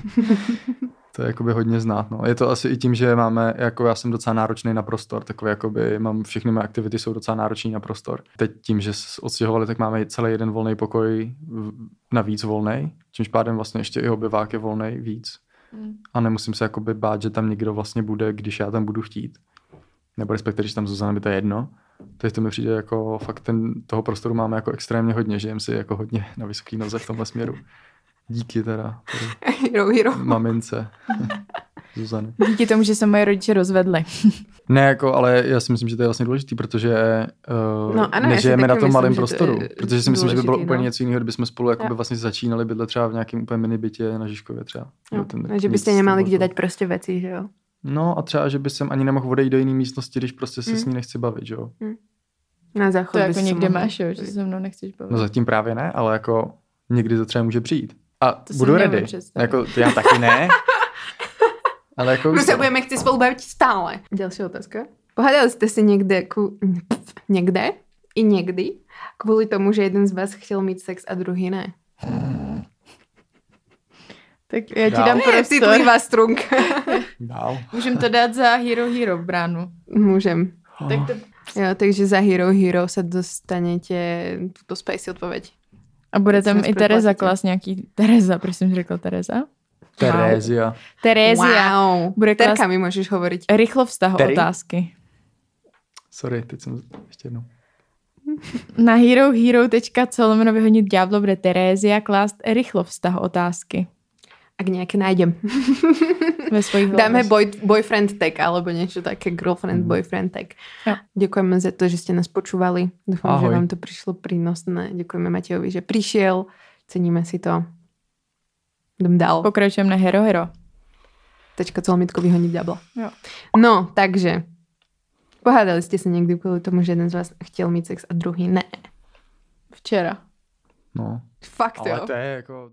[SPEAKER 1] to je jakoby hodně znát. No. Je to asi i tím, že máme, jako já jsem docela náročný na prostor, takový jakoby mám, všechny moje aktivity jsou docela nároční na prostor. Teď tím, že se odstěhovali, tak máme celý jeden volný pokoj v- navíc volný, čímž pádem vlastně ještě i obyvák je volný víc
[SPEAKER 2] Mm.
[SPEAKER 1] a nemusím se jakoby bát, že tam někdo vlastně bude, když já tam budu chtít. Nebo respektive, když tam Zuzana by to je jedno. Takže to mi přijde jako fakt ten, toho prostoru máme jako extrémně hodně, žijem si jako hodně na vysoký noze v tomhle směru. Díky teda, teda
[SPEAKER 4] Hero, hero.
[SPEAKER 1] mamince Zuzany.
[SPEAKER 2] Díky tomu, že se moje rodiče rozvedli.
[SPEAKER 1] Ne, jako, ale já si myslím, že to je vlastně důležitý, protože uh,
[SPEAKER 4] No, ano, já si
[SPEAKER 1] nežijeme
[SPEAKER 4] taky
[SPEAKER 1] na tom
[SPEAKER 4] myslím,
[SPEAKER 1] malém
[SPEAKER 4] že to je
[SPEAKER 1] prostoru. Protože si myslím, že by bylo
[SPEAKER 4] důležitý,
[SPEAKER 1] úplně
[SPEAKER 4] no.
[SPEAKER 1] něco jiného, kdybychom spolu jakoby
[SPEAKER 4] Jo.
[SPEAKER 1] vlastně začínali bydlet třeba v nějakém úplně mini bytě na Žižkově třeba.
[SPEAKER 4] No,
[SPEAKER 1] Nebo ten-
[SPEAKER 4] že
[SPEAKER 1] nic
[SPEAKER 4] byste
[SPEAKER 1] z
[SPEAKER 4] nemali
[SPEAKER 1] toho
[SPEAKER 4] kde
[SPEAKER 1] toho.
[SPEAKER 4] dať prostě věci, že jo?
[SPEAKER 1] No a třeba, že by jsem ani nemohl odejít do jiné místnosti, když prostě se
[SPEAKER 4] Mm.
[SPEAKER 2] Hmm.
[SPEAKER 1] s ní nechci bavit, že jo?
[SPEAKER 4] Na záchod
[SPEAKER 2] To jako
[SPEAKER 4] byste
[SPEAKER 2] někde
[SPEAKER 4] mohli.
[SPEAKER 2] máš, jo, že se mnou nechceš bavit.
[SPEAKER 1] No zatím právě ne, ale jako někdy to třeba může přijít. A
[SPEAKER 2] si
[SPEAKER 1] budu
[SPEAKER 2] neumím
[SPEAKER 1] ready.
[SPEAKER 2] představit.
[SPEAKER 1] Jako, to já taky ne. ale jako
[SPEAKER 2] Prostě
[SPEAKER 4] My
[SPEAKER 1] víš
[SPEAKER 4] se
[SPEAKER 1] co,
[SPEAKER 4] Prostě budeme chci spolu bavit stále. Další otázka. Pohádali jste se někde, ku... pff, někde i někdy kvůli tomu, že jeden z vás chtěl mít sex a druhý ne.
[SPEAKER 2] Tak já ti
[SPEAKER 1] Dál.
[SPEAKER 2] dám
[SPEAKER 1] Ne,
[SPEAKER 2] prostor.
[SPEAKER 4] Citlivá prostě strunka.
[SPEAKER 1] dál.
[SPEAKER 2] Můžem to dát za Hero Hero
[SPEAKER 1] No.
[SPEAKER 2] bránu.
[SPEAKER 4] Můžem.
[SPEAKER 2] Tak to...
[SPEAKER 4] Jo, takže za Hero Hero se dostanete tuto spicy odpověď.
[SPEAKER 2] A bude
[SPEAKER 4] Teď
[SPEAKER 2] tam
[SPEAKER 4] nás
[SPEAKER 2] i Tereza
[SPEAKER 4] proplatíte.
[SPEAKER 2] Klas nějaký. Tereza, prosím, řekla Tereza.
[SPEAKER 1] Terézia.
[SPEAKER 2] Terezia. Wow.
[SPEAKER 4] Wow.
[SPEAKER 2] Bude krás-
[SPEAKER 4] Terka mi můžeš hovorit.
[SPEAKER 2] Rychlo vztahu
[SPEAKER 1] Terry?
[SPEAKER 2] otázky.
[SPEAKER 1] Sorry, teď jsem ještě jednou.
[SPEAKER 2] Na herohero.co lomeno vyhodnit ďáblo bude Terezia klást rychlo vztahu otázky.
[SPEAKER 4] Ak nějaké najdem.
[SPEAKER 2] Ve svojich
[SPEAKER 4] Dáme
[SPEAKER 2] hlavách.
[SPEAKER 4] boy, boyfriend tag, alebo něco také, girlfriend,
[SPEAKER 1] Mhm.
[SPEAKER 4] boyfriend tag.
[SPEAKER 2] Jo.
[SPEAKER 4] Děkujeme za to, že jste nás počúvali. Doufám, že
[SPEAKER 1] Ahoj.
[SPEAKER 4] vám to přišlo prínosné. Děkujeme Matejovi, že přišel. Ceníme si to. Jdem dál.
[SPEAKER 2] Pokračujeme na Hero Hero.
[SPEAKER 4] Tečka celomitko vyhoní ďábla.
[SPEAKER 2] Jo.
[SPEAKER 4] No, takže. Pohádali jste se někdy kvůli tomu, že jeden z vás chtěl mít sex a druhý ne.
[SPEAKER 2] Včera.
[SPEAKER 1] No,
[SPEAKER 4] Fakt jo.
[SPEAKER 1] ale to je jako...